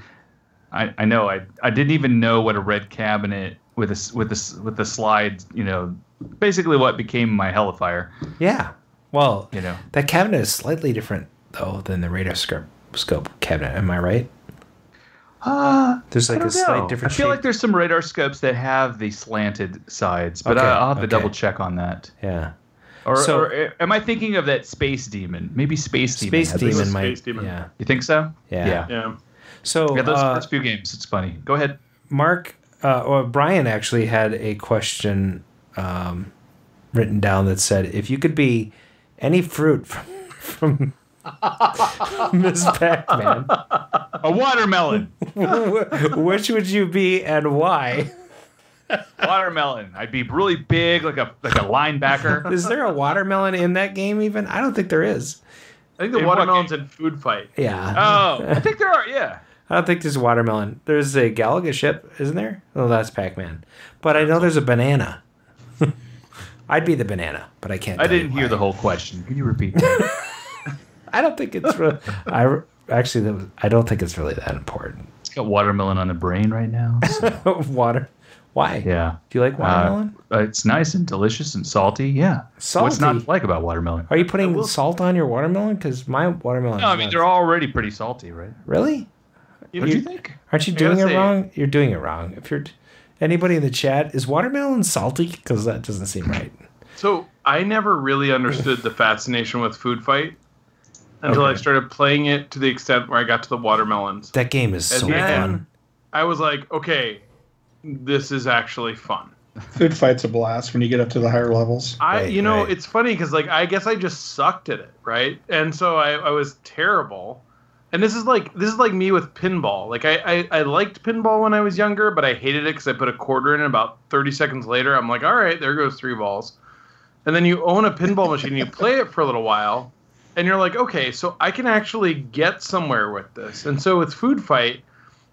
I, I know I I didn't even know what a red cabinet with a s- with this with the slide you know basically what became my Hellfire yeah. Well, you know that cabinet is slightly different though than the radar scope scope cabinet. Am I right? uh, There's I Ah, like a don't slight know. different I feel shape. like there's some radar scopes that have the slanted sides but Okay, I, I'll have to okay. double check on that yeah or, So- or, eh, am I thinking of that space demon maybe space demon Space had this- Demon might- Space Demon. yeah. you think so Yeah. yeah, So Yeah, those uh, first few games it's funny go ahead Mark uh, or Brian actually had a question um, written down that said, "If you could be any fruit from, from Miss Pac-Man, a watermelon, which would you be and why?" watermelon. I'd be really big, like a like a linebacker. Is there a watermelon in that game? Even I don't think there is. I think the In what watermelon's in food fight. Yeah. Oh, I think there are. Yeah, I don't think there's a watermelon. There's a Galaga ship, isn't there? Oh, that's Pac-Man. But I know there's a banana. I'd be the banana, but I can't. I tell you didn't why. hear the whole question. Can you repeat? That? I don't think it's really. I re- actually, that was, I don't think it's really that important. it's got watermelon on the brain right now. so- Water. Why? Yeah. Do you like watermelon? Uh, it's nice and delicious and salty. Yeah. What's not Salty? to like about watermelon? Are you putting salt on your watermelon? Because my watermelon. No, I mean they're already pretty salty, right? really. You, What do you think? Aren't you I gotta doing it say- wrong? You're doing it wrong. If you're anybody in the chat, is watermelon salty? Because that doesn't seem right. So I never really understood the fascination with food fight until I Okay. started playing it to the extent where I got to the watermelons. That game is so And then fun. I was like, okay, this is actually fun. Food fight's a blast when you get up to the higher levels. I, you know, it's funny because like I guess I just sucked at it, right? And so I, I was terrible. And this is like this is like me with pinball. Like I, I, I liked pinball when I was younger, but I hated it because I put a quarter in. And about thirty seconds later, I'm like, all right, there goes three balls. And then you own a pinball machine, you play it for a little while, and you're like, okay, so I can actually get somewhere with this. And so with Food Fight,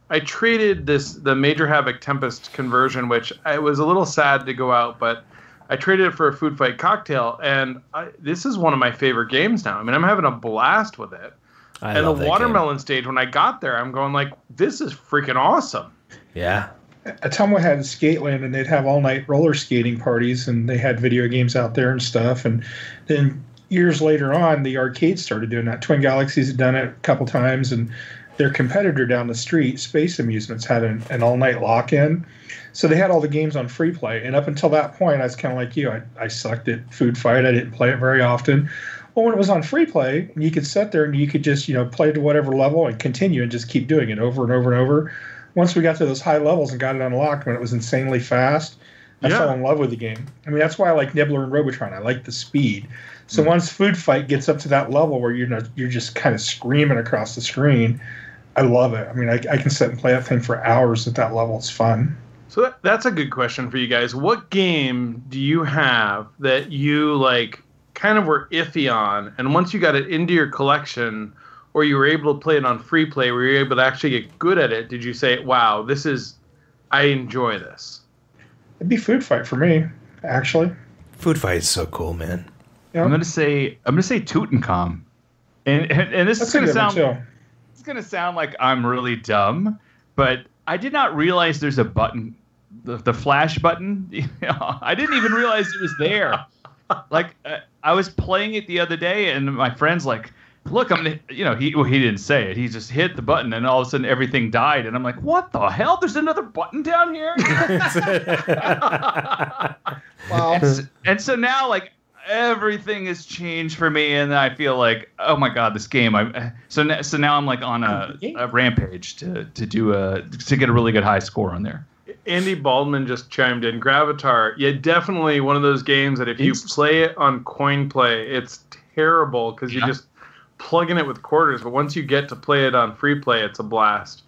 I traded this the Major Havoc Tempest conversion, which I was a little sad to go out, but I traded it for a Food Fight cocktail, and I, this is one of my favorite games now. I mean, I'm having a blast with it. I and love the that watermelon stage, when I got there, I'm going like, this is freaking awesome. Yeah. Atoma had Skateland, and they'd have all night roller skating parties, and they had video games out there and stuff. And then years later on, the arcades started doing that. Twin Galaxies had done it a couple times, and their competitor down the street, Space Amusements, had an, an all night lock in. So they had all the games on free play. And up until that point, I was kind of like you. I, I sucked at Food Fight, I didn't play it very often. Well, when it was on free play, and you could sit there and you could just, you know, play to whatever level and continue and just keep doing it over and over and over once we got to those high levels and got it unlocked when it was insanely fast, I Yeah. fell in love with the game. I mean, that's why I like Nibbler and Robotron. I like the speed. So Mm. once Food Fight gets up to that level where you're not, you're just kind of screaming across the screen, I love it. I mean, I, I can sit and play that thing for hours at that level. It's fun. So that, that's a good question for you guys. What game do you have that you like kind of were iffy on, and once you got it into your collection, or you were able to play it on free play, where you were able to actually get good at it? Did you say, "Wow, this is, I enjoy this"? It'd be Food Fight for me, actually. Food Fight is so cool, man. I'm gonna say I'm gonna say Tutankhamun, and and, and this That's is gonna a good one, sound too. it's gonna sound like I'm really dumb, but I did not realize there's a button, the, the flash button. You know, I didn't even realize it was there. Like uh, I was playing it the other day, and my friend's like, "Look, I'm," gonna-" you know, he well, he didn't say it. He just hit the button, and all of a sudden everything died. And I'm like, "What the hell? There's another button down here." And s- and so now, like everything has changed for me, and I feel like, oh my god, this game. I so now, so now I'm like on a, a rampage to to do a to get a really good high score on there. Andy Baldwin just chimed in. Gravatar, yeah, definitely one of those games that if you play it on coin play, it's terrible because you're just plugging it with quarters. But once you get to play it on free play, it's a blast.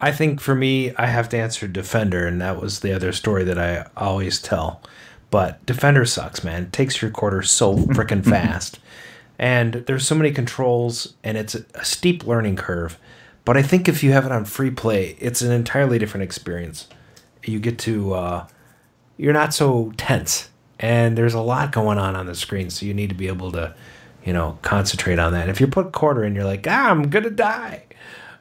I think for me, I have to answer Defender, and that was the other story that I always tell. But Defender sucks, man. It takes your quarter so freaking fast. And there's so many controls, and it's a, a steep learning curve. But I think if you have it on free play, it's an entirely different experience. You get to, uh, you're not so tense, and there's a lot going on on the screen, so you need to be able to, you know, concentrate on that. And if you put quarter in, you're like, ah, I'm gonna die.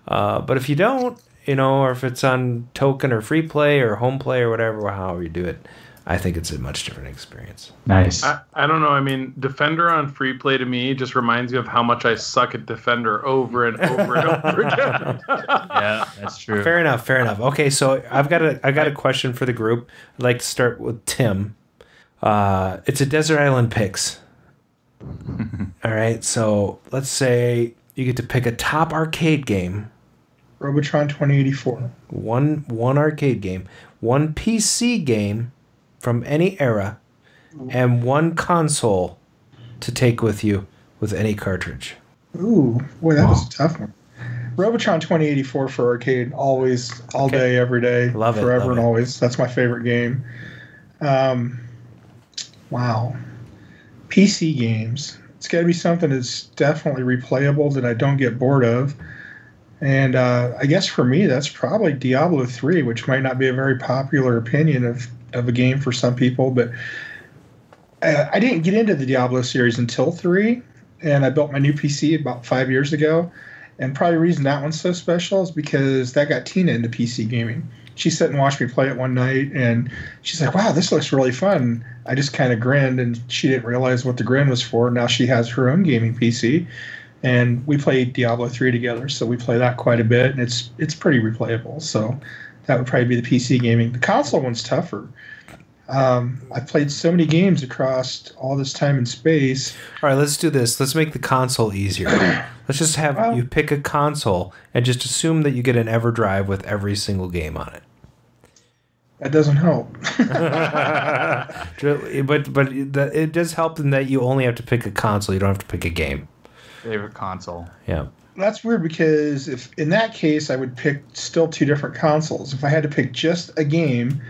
Uh, but if you don't, you know, or if it's on token or free play or home play or whatever, however you do it, I think it's a much different experience. I, I don't know. I mean, Defender on free play to me just reminds me of how much I suck at Defender over and over and over again. yeah, that's true. Fair enough. Fair enough. Okay, so I've got a I got a question for the group. I'd like to start with Tim. Uh, it's a desert island picks. All right, so let's say you get to pick a top arcade game, Robotron 2084. one one arcade game, one PC game from any era, and one console to take with you with any cartridge. Ooh, boy, that was a tough one. Robotron 2084 for arcade, always, all day, every day, Love it, forever love and it. always. That's my favorite game. Um, wow, PC games. It's got to be something that's definitely replayable that I don't get bored of. And uh, I guess for me, that's probably Diablo 3, which might not be a very popular opinion of, of a game for some people, but uh, I didn't get into the Diablo series until 3, and I built my new PC about five years ago. And probably the reason that one's so special is because that got Tina into PC gaming. She sat and watched me play it one night, and she's like, "Wow, this looks really fun." I just kind of grinned, and she didn't realize what the grin was for. Now she has her own gaming PC, and we play Diablo three together, so we play that quite a bit, and it's it's pretty replayable. So that would probably be the PC gaming. The console one's tougher. Um, I played so many games across all this time and space. All right, let's do this. Let's make the console easier. Let's just have you pick a console and just assume that you get an EverDrive with every single game on it. That doesn't help. Dr- but but it that- it does help in that you only have to pick a console. You don't have to pick a game. Favorite console. Yeah. That's weird because if in that case I would pick still two different consoles. If I had to pick just a game,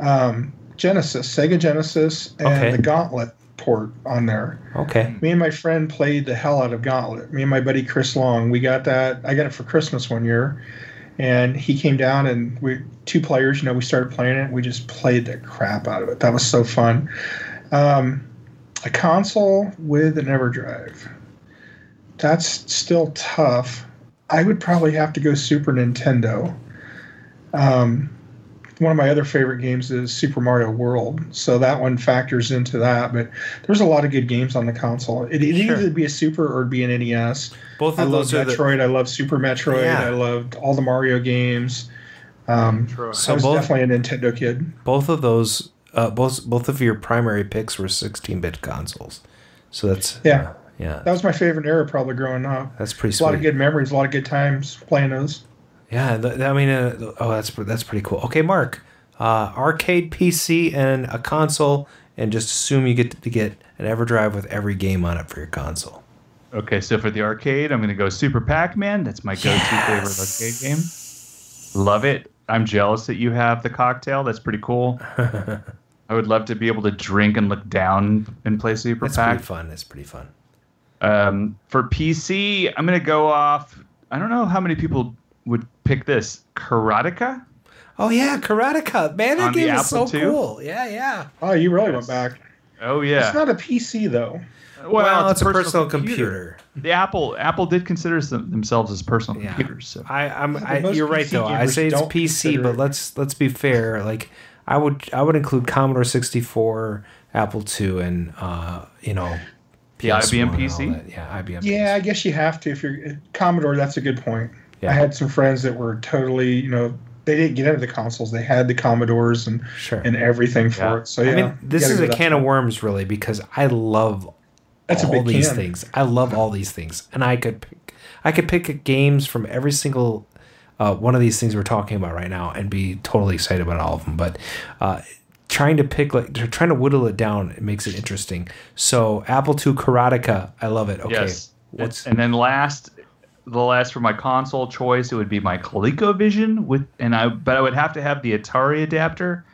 um, Genesis, Sega Genesis, and Okay. the Gauntlet port on there. Okay. Me and my friend played the hell out of Gauntlet. Me and my buddy Chris Long, we got that. I got it for Christmas one year, and he came down and we two players. You know, we started playing it. We just played the crap out of it. That was so fun. Um, a console with an EverDrive. That's still tough. I would probably have to go Super Nintendo. Um, one of my other favorite games is Super Mario World, so that one factors into that. But there's a lot of good games on the console. It, it'd either be a Super or it'd be an NES. Both of I love those are the- Metroid. I love Super Metroid. Yeah. I loved all the Mario games. Um, So I was both- definitely a Nintendo kid. Both of those, uh, both both of your primary picks were 16-bit consoles. So that's uh, Yeah. yeah, That was my favorite era, probably growing up. that's pretty a lot of sweet. good memories, a lot of good times playing those. Yeah, th- th- I mean, uh, th- oh, that's pr- that's pretty cool. Okay, Mark, uh, arcade PC and a console, and just assume you get to get an EverDrive with every game on it for your console. Okay, so for the arcade, I'm going to go Super Pac Man. That's my go to favorite arcade game. Love it. I'm jealous that you have the cocktail. That's pretty cool. I would love to be able to drink and look down and play Super That's Pac. pretty fun. That's pretty fun. Um, for PC, I'm going to go off. I don't know how many people would pick this Karateka. Oh yeah, Karate Cup, man, that On the game is so Apple II? cool. Yeah, yeah. Oh, you really went back. Oh yeah. It's not a PC though. Well, it's, a personal, computer. The Apple Apple did consider them, themselves as personal computers. So. I, I'm. But I, most you're right PC though. I gamers say it's don't PC, but let's let's be fair. Like, I would I would include Commodore 64, Apple II, and uh, you know, The IBM and all PC? that. Yeah, IBM. Yeah, I guess you have to if you're Commodore. That's a good point. Yeah. I had some friends that were totally, you know, they didn't get into the consoles. They had the Commodores and and everything for it. So yeah, I mean, this is you a gotta go can of worms, really, because I love That's a all big these can. things. I love all these things, and I could pick, I could pick games from every single uh, one of these things we're talking about right now, and be totally excited about all of them. But uh, trying to pick, like, they're trying to whittle it down, it makes it interesting. So, Apple II Karateka, I love it. Okay, Yes. what's and then last, the last for my console choice, it would be my ColecoVision with, and I, but I would have to have the Atari adapter.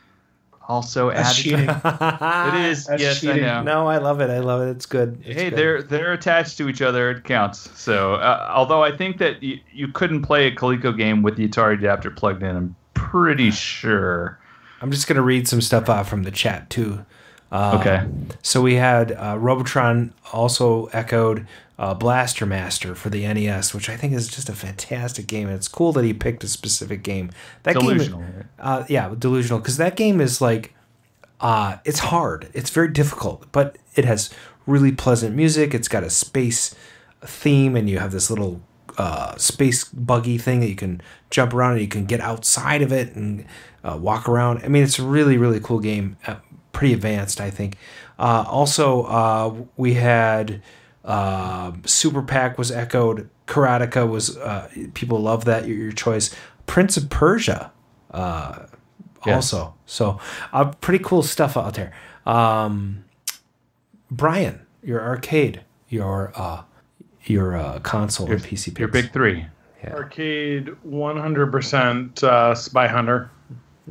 Also That's added. cheating. it is. That's yes, cheating. I know. No, I love it. I love it. It's good. It's uh, hey, good. they're they're attached to each other. It counts. So, uh, although I think that you, you couldn't play a Coleco game with the Atari adapter plugged in, I'm pretty sure. I'm just gonna read some stuff out from the chat too. Uh, Okay. So we had uh, Robotron also echoed uh, Blaster Master for the NES, which I think is just a fantastic game. And it's cool that he picked a specific game. That Delusional, game, uh, yeah, delusional, because that game is like, uh, it's hard. It's very difficult, but it has really pleasant music. It's got a space theme, and you have this little uh, space buggy thing that you can jump around and you can get outside of it and uh, walk around. I mean, it's a really, really cool game. Uh, pretty advanced, I think. Uh, also, uh, we had uh, Super Pack was echoed. Karateka was uh, people love that your, your choice. Prince of Persia, uh, Yes. also. So, uh, pretty cool stuff out there. Um, Brian, your arcade, your uh, your uh, console, your, PC, your big three. Arcade 100% uh, Spy Hunter.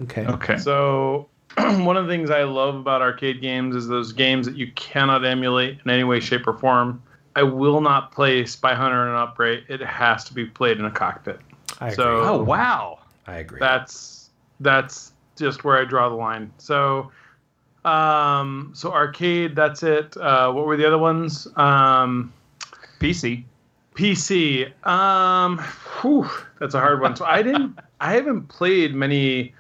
Okay. Oh, So, one of the things I love about arcade games is those games that you cannot emulate in any way, shape, or form. I will not play Spy Hunter in an upgrade. It has to be played in a cockpit. I agree. So, Oh, wow. I agree. That's that's just where I draw the line. So, um, so arcade. That's it. Uh, what were the other ones? Um, PC. PC. Um, whew, that's a hard one. So I didn't. I haven't played many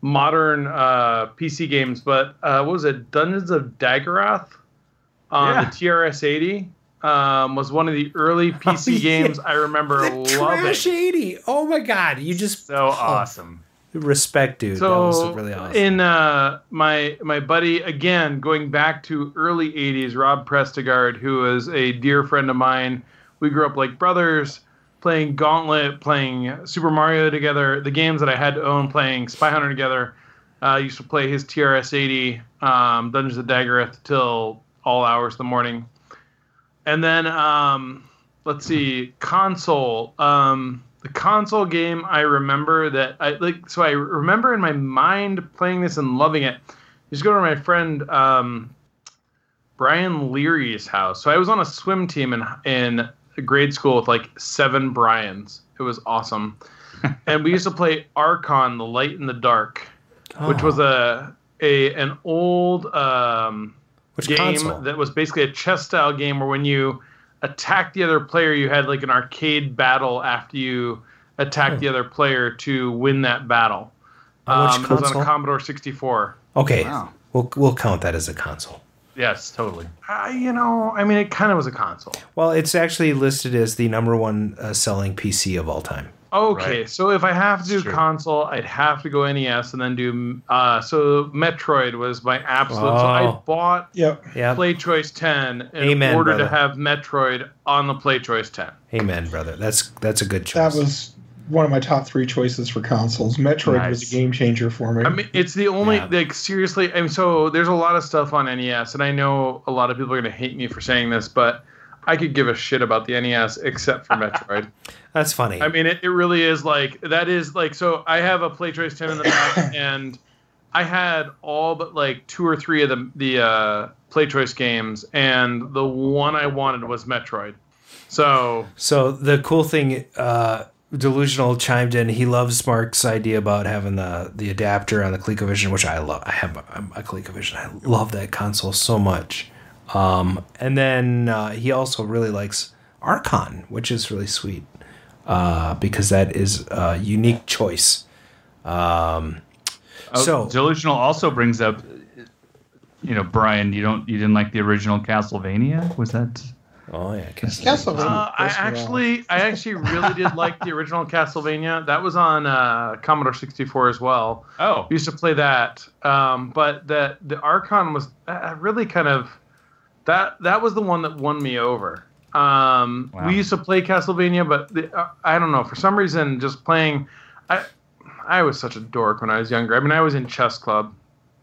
modern uh, PC games, but uh, what was it? Dungeons of Daggerath on Yeah. the TRS-80 um, was one of the early PC games I remember loving. uh, Trash eighty. Oh my god, you just so awesome. Respect, dude. that So was really awesome. in uh, my my buddy again going back to early '80s, Rob Prestigard, who is a dear friend of mine. We grew up like brothers, playing Gauntlet, playing Super Mario together. The games that I had to own, playing Spy Hunter together. Uh, I used to play his TRS-80, um, Dungeons of Daggerath till all hours of the morning. And then um, let's see, console. Um, the console game I remember that I like. So I remember in my mind playing this and loving it. Just go to my friend um, Brian Leary's house. So I was on a swim team in in grade school with like seven Brian's. It was awesome, and we used to play Archon: The Light in the Dark, which was a a an old um, Which game console? that was basically a chess style game where when you attack the other player, you had like an arcade battle after you attacked the other player to win that battle. On Hmm. which um, it was on console? a Commodore 64. okay, we'll we'll count that as a console. Yes, totally. Uh, you know, I mean, it kind of was a console. Well, it's actually listed as the number one uh, selling PC of all time. Okay, so if I have to do console, I'd have to go NES and then do. Uh, so Metroid was my absolute. So I Oh. bought Yep. Yep. Play Choice 10 in Amen, order to brother. have Metroid on the Play Choice 10. Amen, brother. That's that's a good choice. That was one of my top three choices for consoles. Metroid was a game changer for me. I mean, it's the only like seriously. E I mean, so there's a lot of stuff on NES, and I know a lot of people are gonna hate me for saying this, but I could give a shit about the NES except for Metroid. That's funny. I mean, it, it really is like that is like so. I have a Playtrace ten in the back, and I had all but like two or three of the the uh, Playtrace games, and the one I wanted was Metroid. So So the cool thing, uh, delusional chimed in. He loves Mark's idea about having the the adapter on the ColecoVision, which I love. I have a, I'm a ColecoVision. I love that console so much. Um, and then uh, he also really likes Archon, which is really sweet uh, because that is a unique choice. Um, so Oh, delusional also brings up, you know, Brian. You don't you didn't like the original Castlevania? Was that? Oh yeah, Uh, I actually, I actually really did like the original Castlevania. That was on uh, Commodore 64 as well. Oh, used to play that. Um, but the the Archon was uh, really kind of that. That was the one that won me over. Um, Wow. We used to play Castlevania, but the, uh, I don't know for some reason just playing. I I was such a dork when I was younger. I mean, I was in chess club,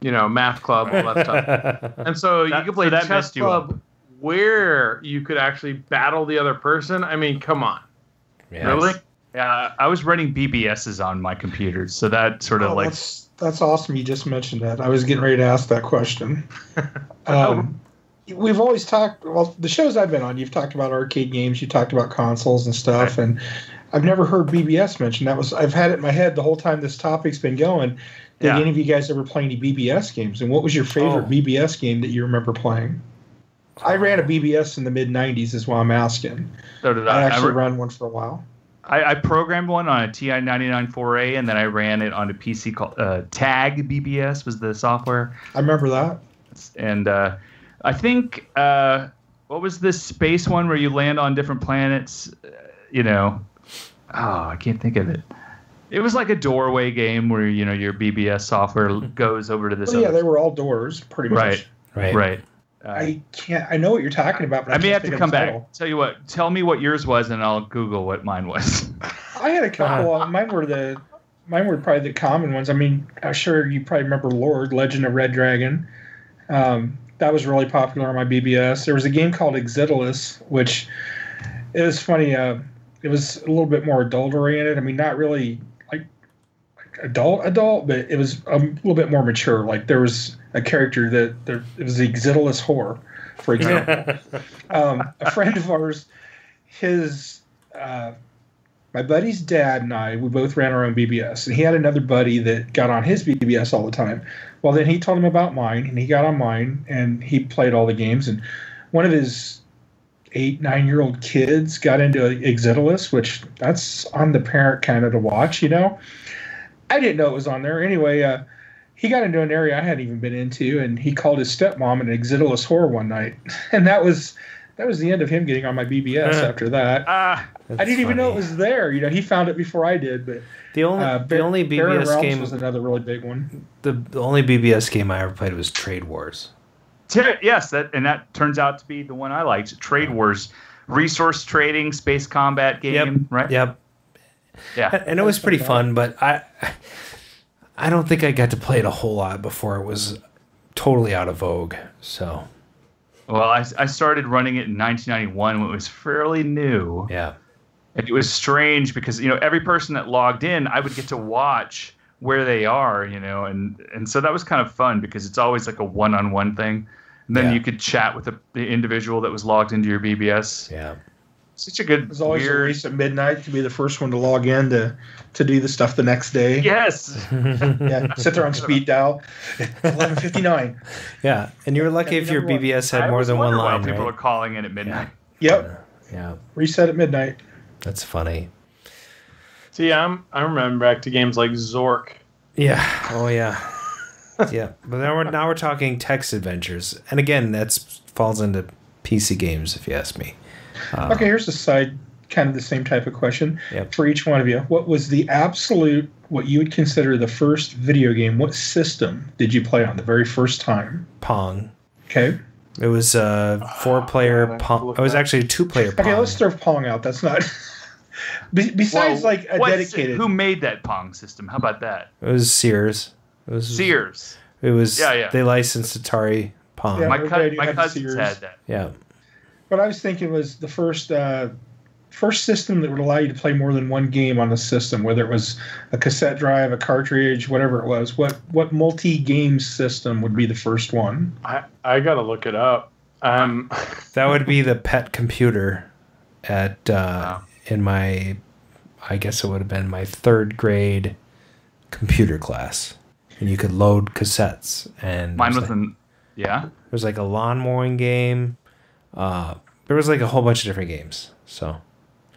you know, math club, all that stuff. And so you could play so that chess messed you up. club where you could actually battle the other person. I mean, come on. Really? Yeah, I was running BBSs on my computer, so that sort of Oh, like that's that's awesome. You just mentioned that. I was getting ready to ask that question. Um, we've always talked. Well, the shows I've been on, you've talked about arcade games, you talked about consoles and stuff, and I've never heard BBS mentioned. That was I've had it in my head the whole time this topic's been going. Did Yeah. Oh. any of you guys ever play any BBS games? And what was your favorite BBS game that you remember playing? I ran a BBS in the mid '90s, is why I'm asking. so did I I. I, actually re- ran one for a while. I, I programmed one on a TI 994A, and then I ran it on a PC called uh, Tag BBS was the software, I remember that. and uh, I think uh, what was this space one where you land on different planets? Uh, you know, oh, I can't think of it. It was like a doorway game where you know your BBS software Hmm. goes over to this. Well, yeah, other- they were all doors, pretty much. right, right, right. I can't. I know what you're talking about, but I, I may can't have think to of come the back. title. Tell you what, tell me what yours was, and I'll Google what mine was. I had a couple. of mine were the mine were probably the common ones. I mean, I'm sure you probably remember Lord Legend of Red Dragon. Um, that was really popular on my BBS. There was a game called Exidolus, which it was funny. Uh, it was a little bit more adult oriented. I mean, not really like, like adult adult, but it was a little bit more mature. Like there was a character that there it was the Exidolus whore, for example. um, a friend of ours, his uh, my buddy's dad and I, we both ran our own BBS, and he had another buddy that got on his BBS all the time. Well, then he told him about mine, and he got on mine, and he played all the games. And one of his eight, nine-year-old kids got into Exidolus, which that's on the parent kind of to watch, you know. I didn't know it was on there anyway. Uh, he got into an area I hadn't even been into, and he called his stepmom an Exidolus whore one night, and that was that was the end of him getting on my BBS after that. Ah, I didn't even know it was there. You know, he found it before I did. But uh, the only the only BBS Realms game- was another really big one. The, the only BBS game I ever played was Trade Wars. Ter- yes, that and that turns out to be the one I liked. Trade Wars, resource trading, space combat game, right? Yep. Yeah. and it was pretty fun, but I I don't think I got to play it a whole lot before it was totally out of vogue. So Well, I, I started running it in 1991 when it was fairly new. Yeah. And it was strange because you know every person that logged in, I would get to watch where they are, you know, and and so that was kind of fun because it's always like a one-on-one thing. And then Yeah. you could chat with the, the individual that was logged into your BBS. Yeah. Such a good It was always a race at midnight to be the first one to log in to to do the stuff the next day. Yes. yeah. Sit there on speed dial. Eleven fifty nine. yeah, and you were lucky Yeah, if your number one. BBS I had more always than one wonder why line. people right? are calling in at midnight. Yep. Yeah. Reset at midnight. That's funny. See, I'm I remember back to games like Zork. Yeah. Oh yeah. yeah. But now we're now we're talking text adventures, and again, that's falls into PC games if you ask me. Uh, okay, here's a side kind of the same type of question Yep. for each one of you. What was the absolute what you would consider the first video game? What system did you play on the very first time? Pong. Okay. It was uh, a four-player Pong. It was actually a two-player Pong. Okay, let's Um, throw Pong out. That's not. Be- besides, like a what's- dedicated. Who made that Pong system? How about that? It was Sears. It was Sears. It was. Yeah, yeah. They licensed Atari Pong. my cou- my cousins had that. Yeah. What I was thinking was the first uh, first system that would allow you to play more than one game on the system, whether it was a cassette drive, a cartridge, whatever it was. What what multi game system would be the first one? I, I gotta look it up. Um, That would be the pet computer at uh, in my I guess it would have been my third grade computer class. And you could load cassettes and Mine was like, an yeah. there was like a lawn mowing game. Uh, there was like a whole bunch of different games. So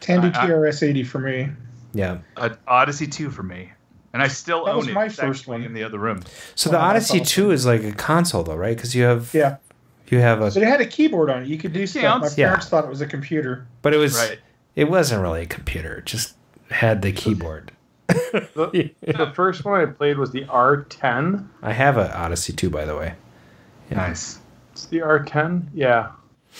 Tandy I- I- TRS-80 for me. yeah. Uh, Odyssey two for me, and I still That own was it. my It's first actually in the other room. So the Wow, that's Odyssey Two is like a console though, right? Because you have yeah, you have a But it had a keyboard on it. You could do stuff. My Counts. Yeah. parents thought it was a computer. but it was Right. it wasn't really a computer. It just had the keyboard. The, the first one I played was the R10. I have a Odyssey Two by the way. Nice. It's the R10. Yeah.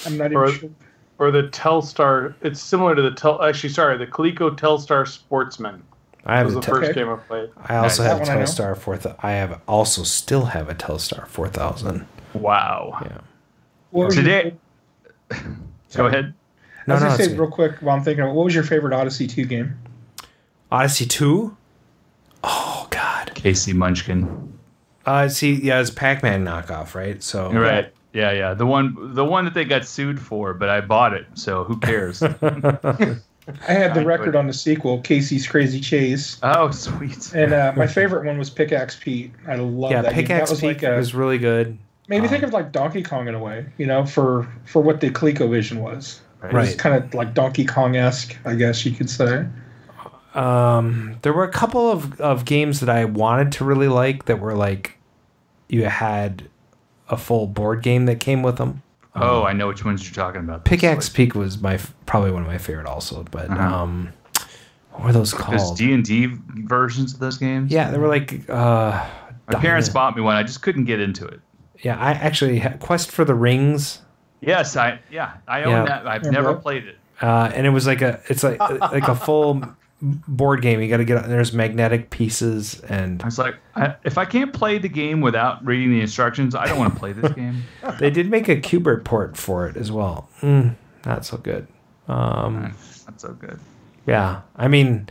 I'm not even or, sure. Or the Telstar. It's similar to the Tel. Actually, sorry, the Coleco Telstar Sportsman. I have was a the Tel- first Okay. game I played. I also Nice. have a That one I know. Telstar four. thou- I have also still have a Telstar four thousand. Wow. Yeah. What was your- Today. Go ahead. I was No, no, gonna it's say real quick while I'm thinking about it, what was your favorite Odyssey 2 game? Odyssey two. Oh, Casey Munchkin. Uh, see, yeah, it's Pac Man knockoff, right? So Right. Yeah, yeah. The one, the one that they got sued for, but I bought it, so who cares? I had the I record would- on the sequel, Casey's Crazy Chase. Oh, sweet. And uh, my favorite one was Pickaxe Pete. I love yeah, that. game. That pickaxe was like Peak a, was uh, really good. made me think of like Donkey Kong in a way, you know, for for what the ColecoVision was. It was Right. kind of like Donkey Kong esque, I guess you could say. Um, there were a couple of, of games that I wanted to really like that were like you had a full board game that came with them. Oh, I know which ones you're talking about. Pickaxe Peak was my f- probably one of my favorite also, but um, what were those There's called? Uh-huh. D and D versions of those games. yeah, they were like uh, My parents bought me one. I just couldn't get into it. yeah. I actually had Quest for the Rings, Yes, I yeah, I own Yeah. that. I've Yeah, never bro. played it. uh, and it was like a it's like like a full board game. You got to get there's magnetic pieces and I was like, I, if I can't play the game without reading the instructions, I don't want to play this game. they did make a Cubert port for it as well. Mm, not so good. Um, Not so good. yeah, I mean,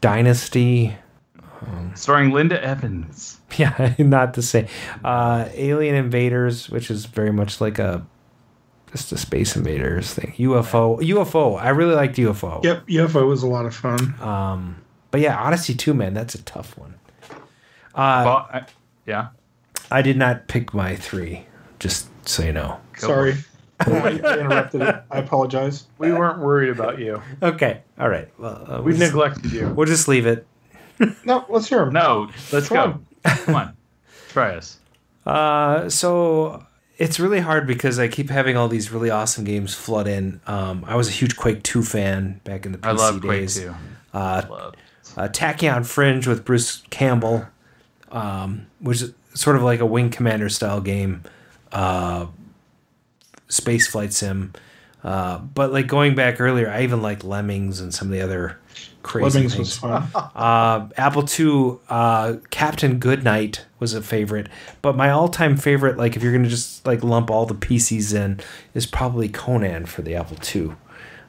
Dynasty. Starring Linda Evans. Yeah, not the same. Uh, Alien Invaders, which is very much like a just a Space Invaders thing. UFO, UFO. I really liked UFO. Yep, UFO was a lot of fun. Um, but yeah, Odyssey Two, man, that's a tough one. Uh, Well, I, yeah. I did not pick my three. Just so you know. Sorry. I interrupted it. I apologize. We weren't worried about you. Okay. All right. Well, uh, We we'll just- neglected you. We'll just leave it. No, let's hear him. No, Oh, let's Come go. Oh. on. Come on, try us. Uh, so it's really hard because I keep having all these really awesome games flood in. Um, I was a huge Quake 2 fan back in the PC I love Quake days. 2. Uh, uh, Tachyon Fringe with Bruce Campbell, um, which is sort of like a Wing Commander style game, uh, space flight sim. Uh, but like going back earlier, I even liked Lemmings and some of the other crazy Lemmings things. was fun. Uh, Apple II, uh, Captain Goodnight was a favorite, but my all-time favorite, like if you're gonna just like lump all the PCs in, is probably Conan for the Apple II.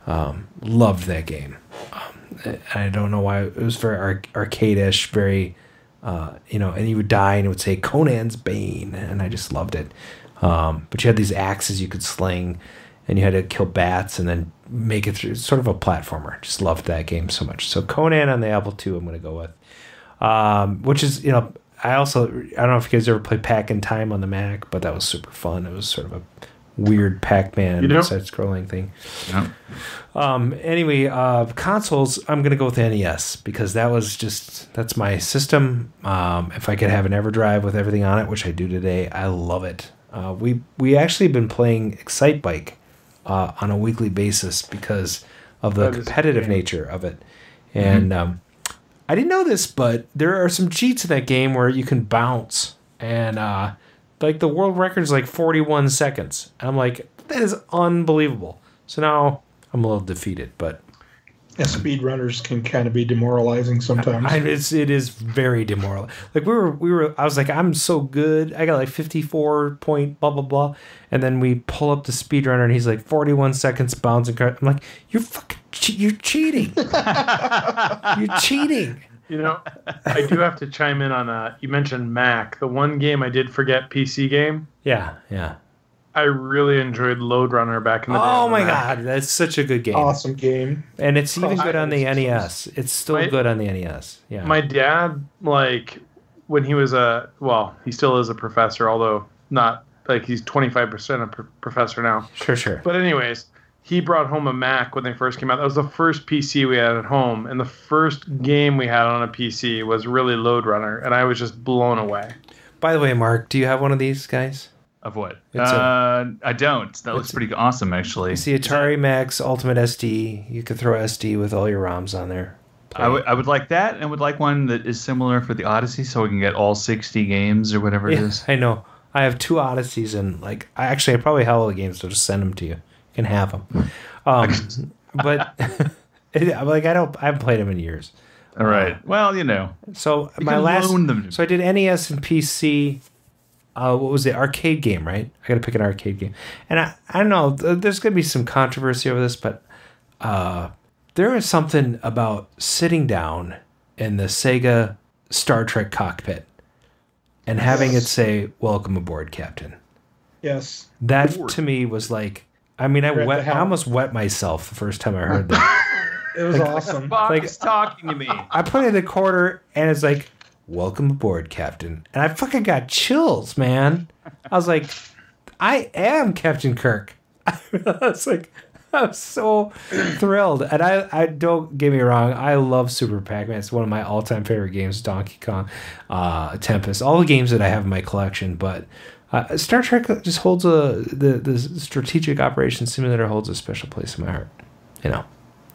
Um, loved that game. Um, I I don't know why it was very arc- arcade-ish, very uh, you know, and you would die and it would say Conan's Bane, and I just loved it. Um, but you had these axes you could sling, and you had to kill bats and then make it through. Sort of a platformer. Just loved that game so much. So Conan on the Apple II, I'm going to go with. Um, which is, you know, I also I don't know if you guys ever played Pack in Time on the Mac, but that was super fun. It was sort of a weird Pac-Man You know- side-scrolling thing. Um, anyway, uh, consoles, I'm going to go with NES because that was just, that's my system. Um, if I could have an EverDrive with everything on it, which I do today, I love it. Uh, we, we actually been playing Excitebike uh, on a weekly basis because of the That is Mm-hmm. competitive nature of it. And um, I didn't know this, but there are some cheats in that game where you can bounce. And uh, like the world record is like 41 seconds. And I'm like, that is unbelievable. So now I'm a little defeated, but Yeah, speedrunners can kind of be demoralizing sometimes. I, it's it is very demoralizing. Like we were we were I was like I'm so good. I got like 54 point blah blah blah, and then we pull up the speedrunner and he's like 41 seconds bounce and cut. I'm like you're fucking che- you're cheating. you're cheating. You know, I do have to chime in on. Uh, you mentioned Mac. The one game I did forget PC game. Yeah, yeah. I really enjoyed Load Runner back in the day. Oh on my Mac. god, that's such a good game. Awesome game. And it's even Cross- good on the NES. It's still My- good on the NES. Yeah. My dad, like, when he was a well, he still is a professor, although not like he's twenty five percent a pr- professor now. sure, sure. But anyways, he brought home a Mac when they first came out. That was the first PC we had at home, and the first game we had on a PC was really Load Runner, and I was just blown away. By the way, Mark, do you have one of these guys? Of what? It's a- uh, I I don't. That looks pretty awesome, actually. It's the Atari Max Ultimate SD. You could throw SD with all your ROMs on there. I would- I would like that, and would like one that is similar for the Odyssey, so we can get all sixty games or whatever it Yeah, is. I know. I have two Odysseys, and like, I actually, I probably have all the games, so just send them to you. You can have Hmm. them. Um, but it, I'm like, I don't, I haven't played them in years. All right. Well, you know. So You my can last, loan them so I did NES and PC. Uh, what was the arcade game? Right, I got to pick an arcade game, and I, I don't know. th- There's going to be some controversy over this, but uh, there is something about sitting down in the Sega Star Trek cockpit and having it say "Welcome aboard, Captain." Yes. That to me was like, I mean, I You're at wet, the helm. I almost wet myself the first time I heard that. It was awesome. Fuck is talking to me. I put in the quarter, and it's like, "Welcome aboard, Captain," and I fucking got chills, man. I was like, "I am Captain Kirk." I was like, I'm so thrilled, and I, I don't get me wrong, I love Super Pac-Man. It's one of my all-time favorite games. Donkey Kong, uh, Tempest, all the games that I have in my collection, but. Uh, Star Trek just holds a the, the strategic operations simulator holds a special place in my heart, you know.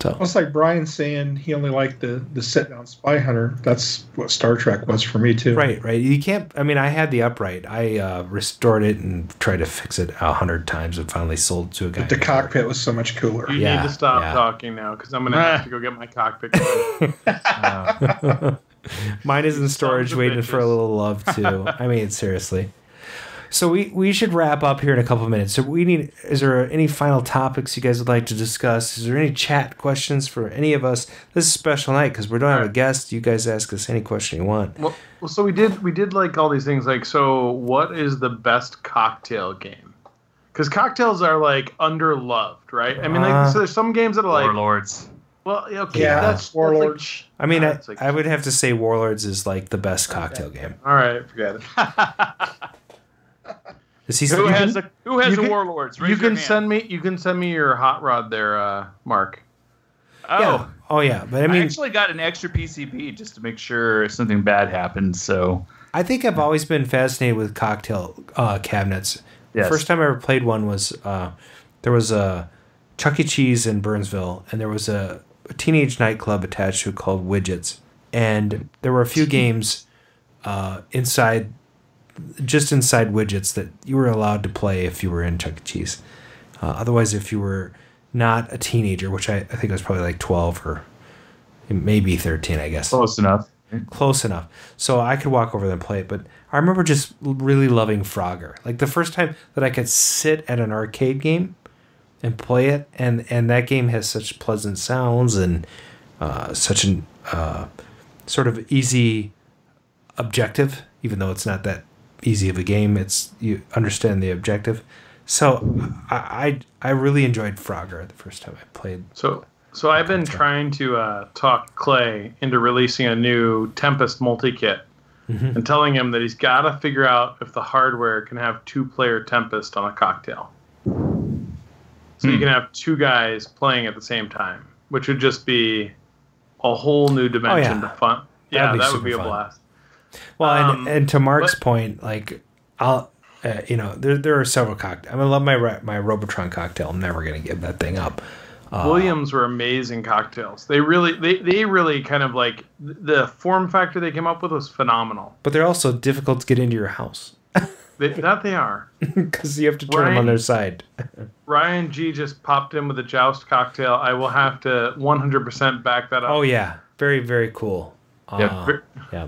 So It's like Brian saying he only liked the the sit down spy hunter. That's what Star Trek was for me too. Right, right. You can't. I mean, I had the upright. I uh, restored it and tried to fix it a hundred times, and finally sold it to a guy. The cockpit was so much cooler. You Yeah, need to stop yeah. talking now because I'm gonna have to go get my cockpit. going. Mine is in storage, waiting for a little love too. I mean, seriously. So we we should wrap up here in a couple of minutes. So we need. Is there any final topics you guys would like to discuss? Is there any chat questions for any of us? This is a special night because we don't have a guest. You guys ask us any question you want. well, well, so we did we did like all these things. Like, so what is the best cocktail game? Because cocktails are like underloved, right? I mean, Uh, like, so there's some games that are like Warlords. Well, okay, Yeah. that's warlords. I mean, I, I would have to say Warlords is like the best cocktail game. all right, forget it. Is he who you has can- a who has you a can- warlords? you can send me you can send me your hot rod there, uh, Mark. Oh, Oh yeah, but I mean, actually got an extra PCB just to make sure if something bad happens. So I think I've always been fascinated with cocktail uh, cabinets. Yes. The first time I ever played one was uh, there was a Chuck E. Cheese in Burnsville, and there was a, a teenage nightclub attached to it called Widgets, and there were a few games uh, inside, just inside Widgets that you were allowed to play if you were in Chuck E. Cheese. Uh, otherwise, if you were not a teenager, which I, I think I was probably like twelve or maybe thirteen, I guess close enough. close enough. So I could walk over there and play it. But I remember just l- really loving Frogger. Like the first time that I could sit at an arcade game and play it, and and that game has such pleasant sounds and uh, such an uh, sort of easy objective, even though it's not that easy of a game. It's you understand the objective. So I I, I really enjoyed Frogger the first time I played. So so I've been trying to uh, talk Clay into releasing a new Tempest multi kit Mm-hmm. and telling him that he's got to figure out if the hardware can have two player Tempest on a cocktail. So Hmm. you can have two guys playing at the same time, which would just be a whole new dimension Oh, yeah. to fun. Yeah, be that would super be a fun. blast. Well, Um, and, and to Mark's point, like I'll, uh, you know, there, there are several cocktails. I'm gonna love my Ro- my Robotron cocktail. I'm never gonna give that thing up. Uh, Williams were amazing cocktails. They really, they, they really kind of like th- the form factor they came up with was phenomenal. but they're also difficult to get into your house. They, that they are. because you have to turn them on their side. Ryan G just popped in with a joust cocktail. I will have to 100% back that up. Oh yeah, very very cool. Uh, Yeah, ver- yeah.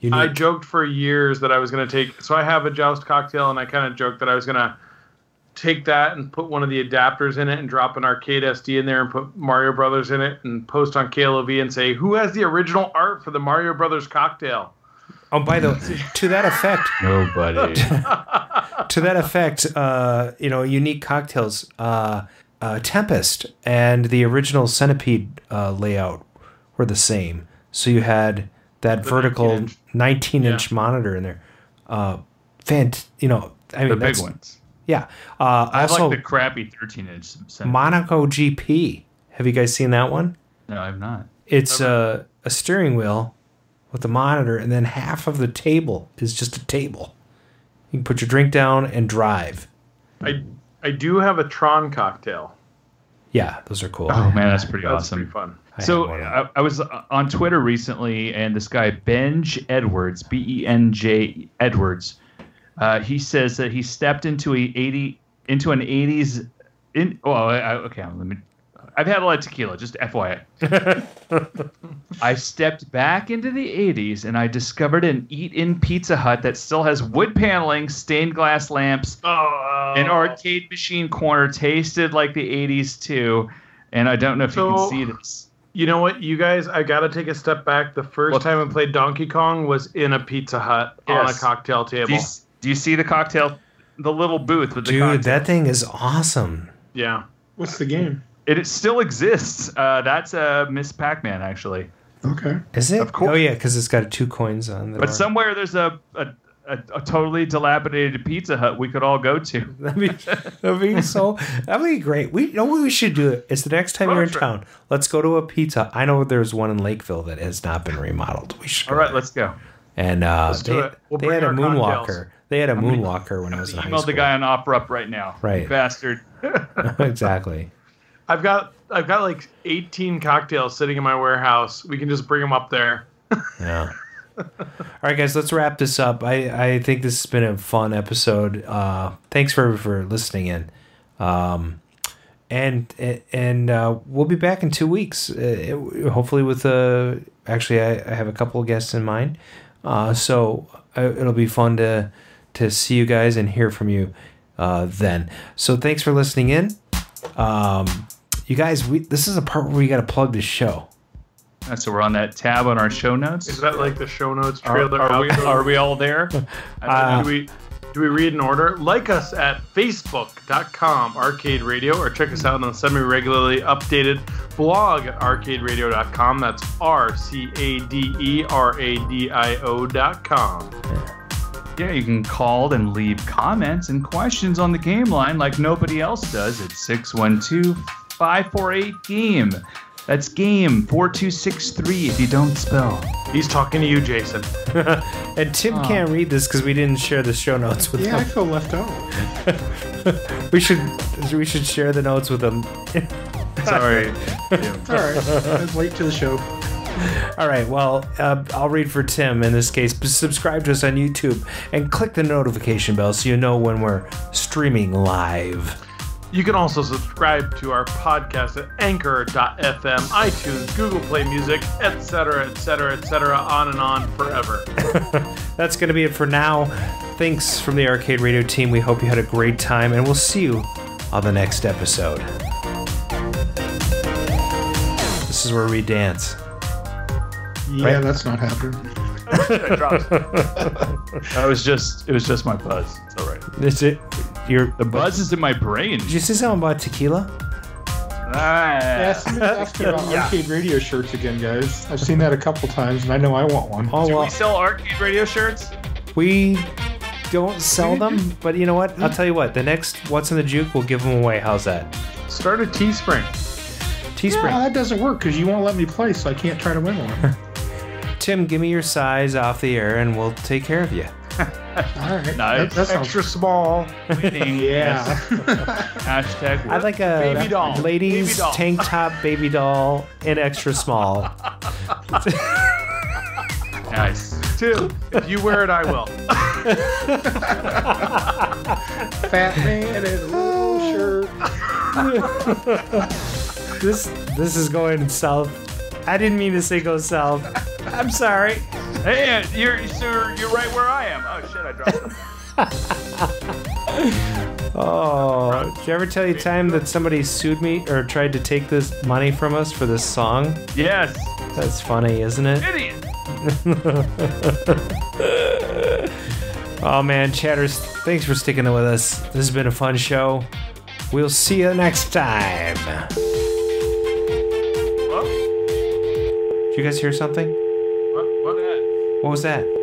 You I need, joked for years that I was going to take. So I have a joust cocktail, and I kind of joked that I was going to take that and put one of the adapters in it and drop an arcade SD in there and put Mario Brothers in it and post on KLOV and say, "Who has the original art for the Mario Brothers cocktail?" oh, by the to that effect, Nobody. to that effect, uh, you know, unique cocktails, uh, uh, Tempest and the original Centipede uh, layout were the same. So you had that The vertical 19 inch monitor in there. Uh, fant- you know, I mean, The big that's- ones. Yeah. Uh, I also, like the crappy 13 inch. Monaco GP. Have you guys seen that one? No, I've not. It's a, a steering wheel with a monitor, and then half of the table is just a table. You can put your drink down and drive. I I do have a Tron cocktail. Yeah, those are cool. Oh man, that's pretty awesome. fun. So I, I was uh, on Twitter recently, and this guy Benj Edwards, B E N J Edwards, uh, he says that he stepped into a eighty into an eighties. In well, I, I- okay, let me. I've had a lot of tequila, just FYI. I stepped back into the 80s and I discovered an eat in Pizza Hut that still has wood paneling, stained glass lamps, an arcade machine corner tasted like the 80s too. And I don't know if you So- can see this. You know what, you guys? I got to take a step back. The first time I played Donkey Kong was in a Pizza Hut on a Yes. cocktail table. Do you, do you see the cocktail, the little booth with the Dude, cocktail? that thing is awesome. Yeah. What's the game? It, it still exists. Uh, that's uh, Miss Pac Man, actually. Okay. Is it? Of course. Oh yeah, because it's got two coins on. The But door. somewhere there's a, a, a, a totally dilapidated Pizza Hut we could all go to. that'd be, that'd be so. That'd be great. We you know what we should do. It's the next time you're in Road trip. town. Let's go to a pizza. I know there's one in Lakeville that has not been remodeled. We should. All right, let's go. And uh, Let's do they, it. We'll they bring had a our moonwalker. cocktails. They had a I'm gonna- moonwalker when I was in high Email the school. guy on OpRup right now. you Right. Bastard. exactly. I've got I've got like 18 cocktails sitting in my warehouse. We can just bring them up there. Yeah. All right, guys, let's wrap this up. I, I think this has been a fun episode. Uh, thanks for for listening in, um, and and uh, we'll be back in two weeks, uh, hopefully with uh, actually I, I have a couple of guests in mind, uh, so uh, it'll be fun to to see you guys and hear from you uh, then. So thanks for listening in, um, you guys. We this is a part where we got to plug this show. So we're on that tab on our show notes. Is that like the show notes Are- trailer? are we- outro? are we all there? I mean, do we do we read in order? Like us at facebook.com arcade radio or check us out on the semi-regularly updated blog at arcaderadio.com. That's R C A D E R A D I O dot com. Yeah, you can call and leave comments and questions on the game line like nobody else does at 612 548 GAME. That's game 4263 if you don't spell. He's talking to you, Jason. and Tim Aw. can't read this because we didn't share the show notes with Yeah, I him. feel left out. we should we should share the notes with him. Sorry. It's all right. I was late to the show. All right. Well, uh, I'll read for Tim in this case. But subscribe to us on YouTube and click the notification bell so you know when we're streaming live. You can also subscribe to our podcast at anchor.fm, iTunes, Google Play Music, etc., etc., etc., on and on forever. That's going to be it for now. Thanks from the Arcade Radio team. We hope you had a great time, and we'll see you on the next episode. This is where we dance. Yeah, Right. that's not happening. I was just, it was just my buzz. It's all right. That's it. You're, The buzz is in my brain. did you say something about tequila? Ah. Ask me ask me about arcade radio shirts again, guys. I've seen that a couple times, and I know I want one. Oh Do well. we sell arcade radio shirts? We don't sell them, but you know what? I'll tell you what. The next What's in the Juke, we'll give them away. How's that? Start a Teespring. Teespring. No, that doesn't work because you won't let me play, so I can't try to win one. Tim, give me your size off the air, and we'll take care of you. All right. That, Nice. that sounds Extra small. Winning. yeah. Yes. Hashtag. I'd like a Baby doll. ladies Baby doll. tank top baby doll and extra small. Nice. too. If you wear it, I will. Fat man in a little shirt. this this is going south. I didn't mean to say go south. I'm sorry. Hey, uh, you're sir, you're right where I am. Oh shit, I dropped. it. Oh, did you ever tell you time that somebody sued me or tried to take this money from us for this song? Yes. That's funny, isn't it? Idiot. oh man, chatters, thanks for sticking with us. This has been a fun show. We'll see you next time. Did you guys hear something? What, what the heck? What was that?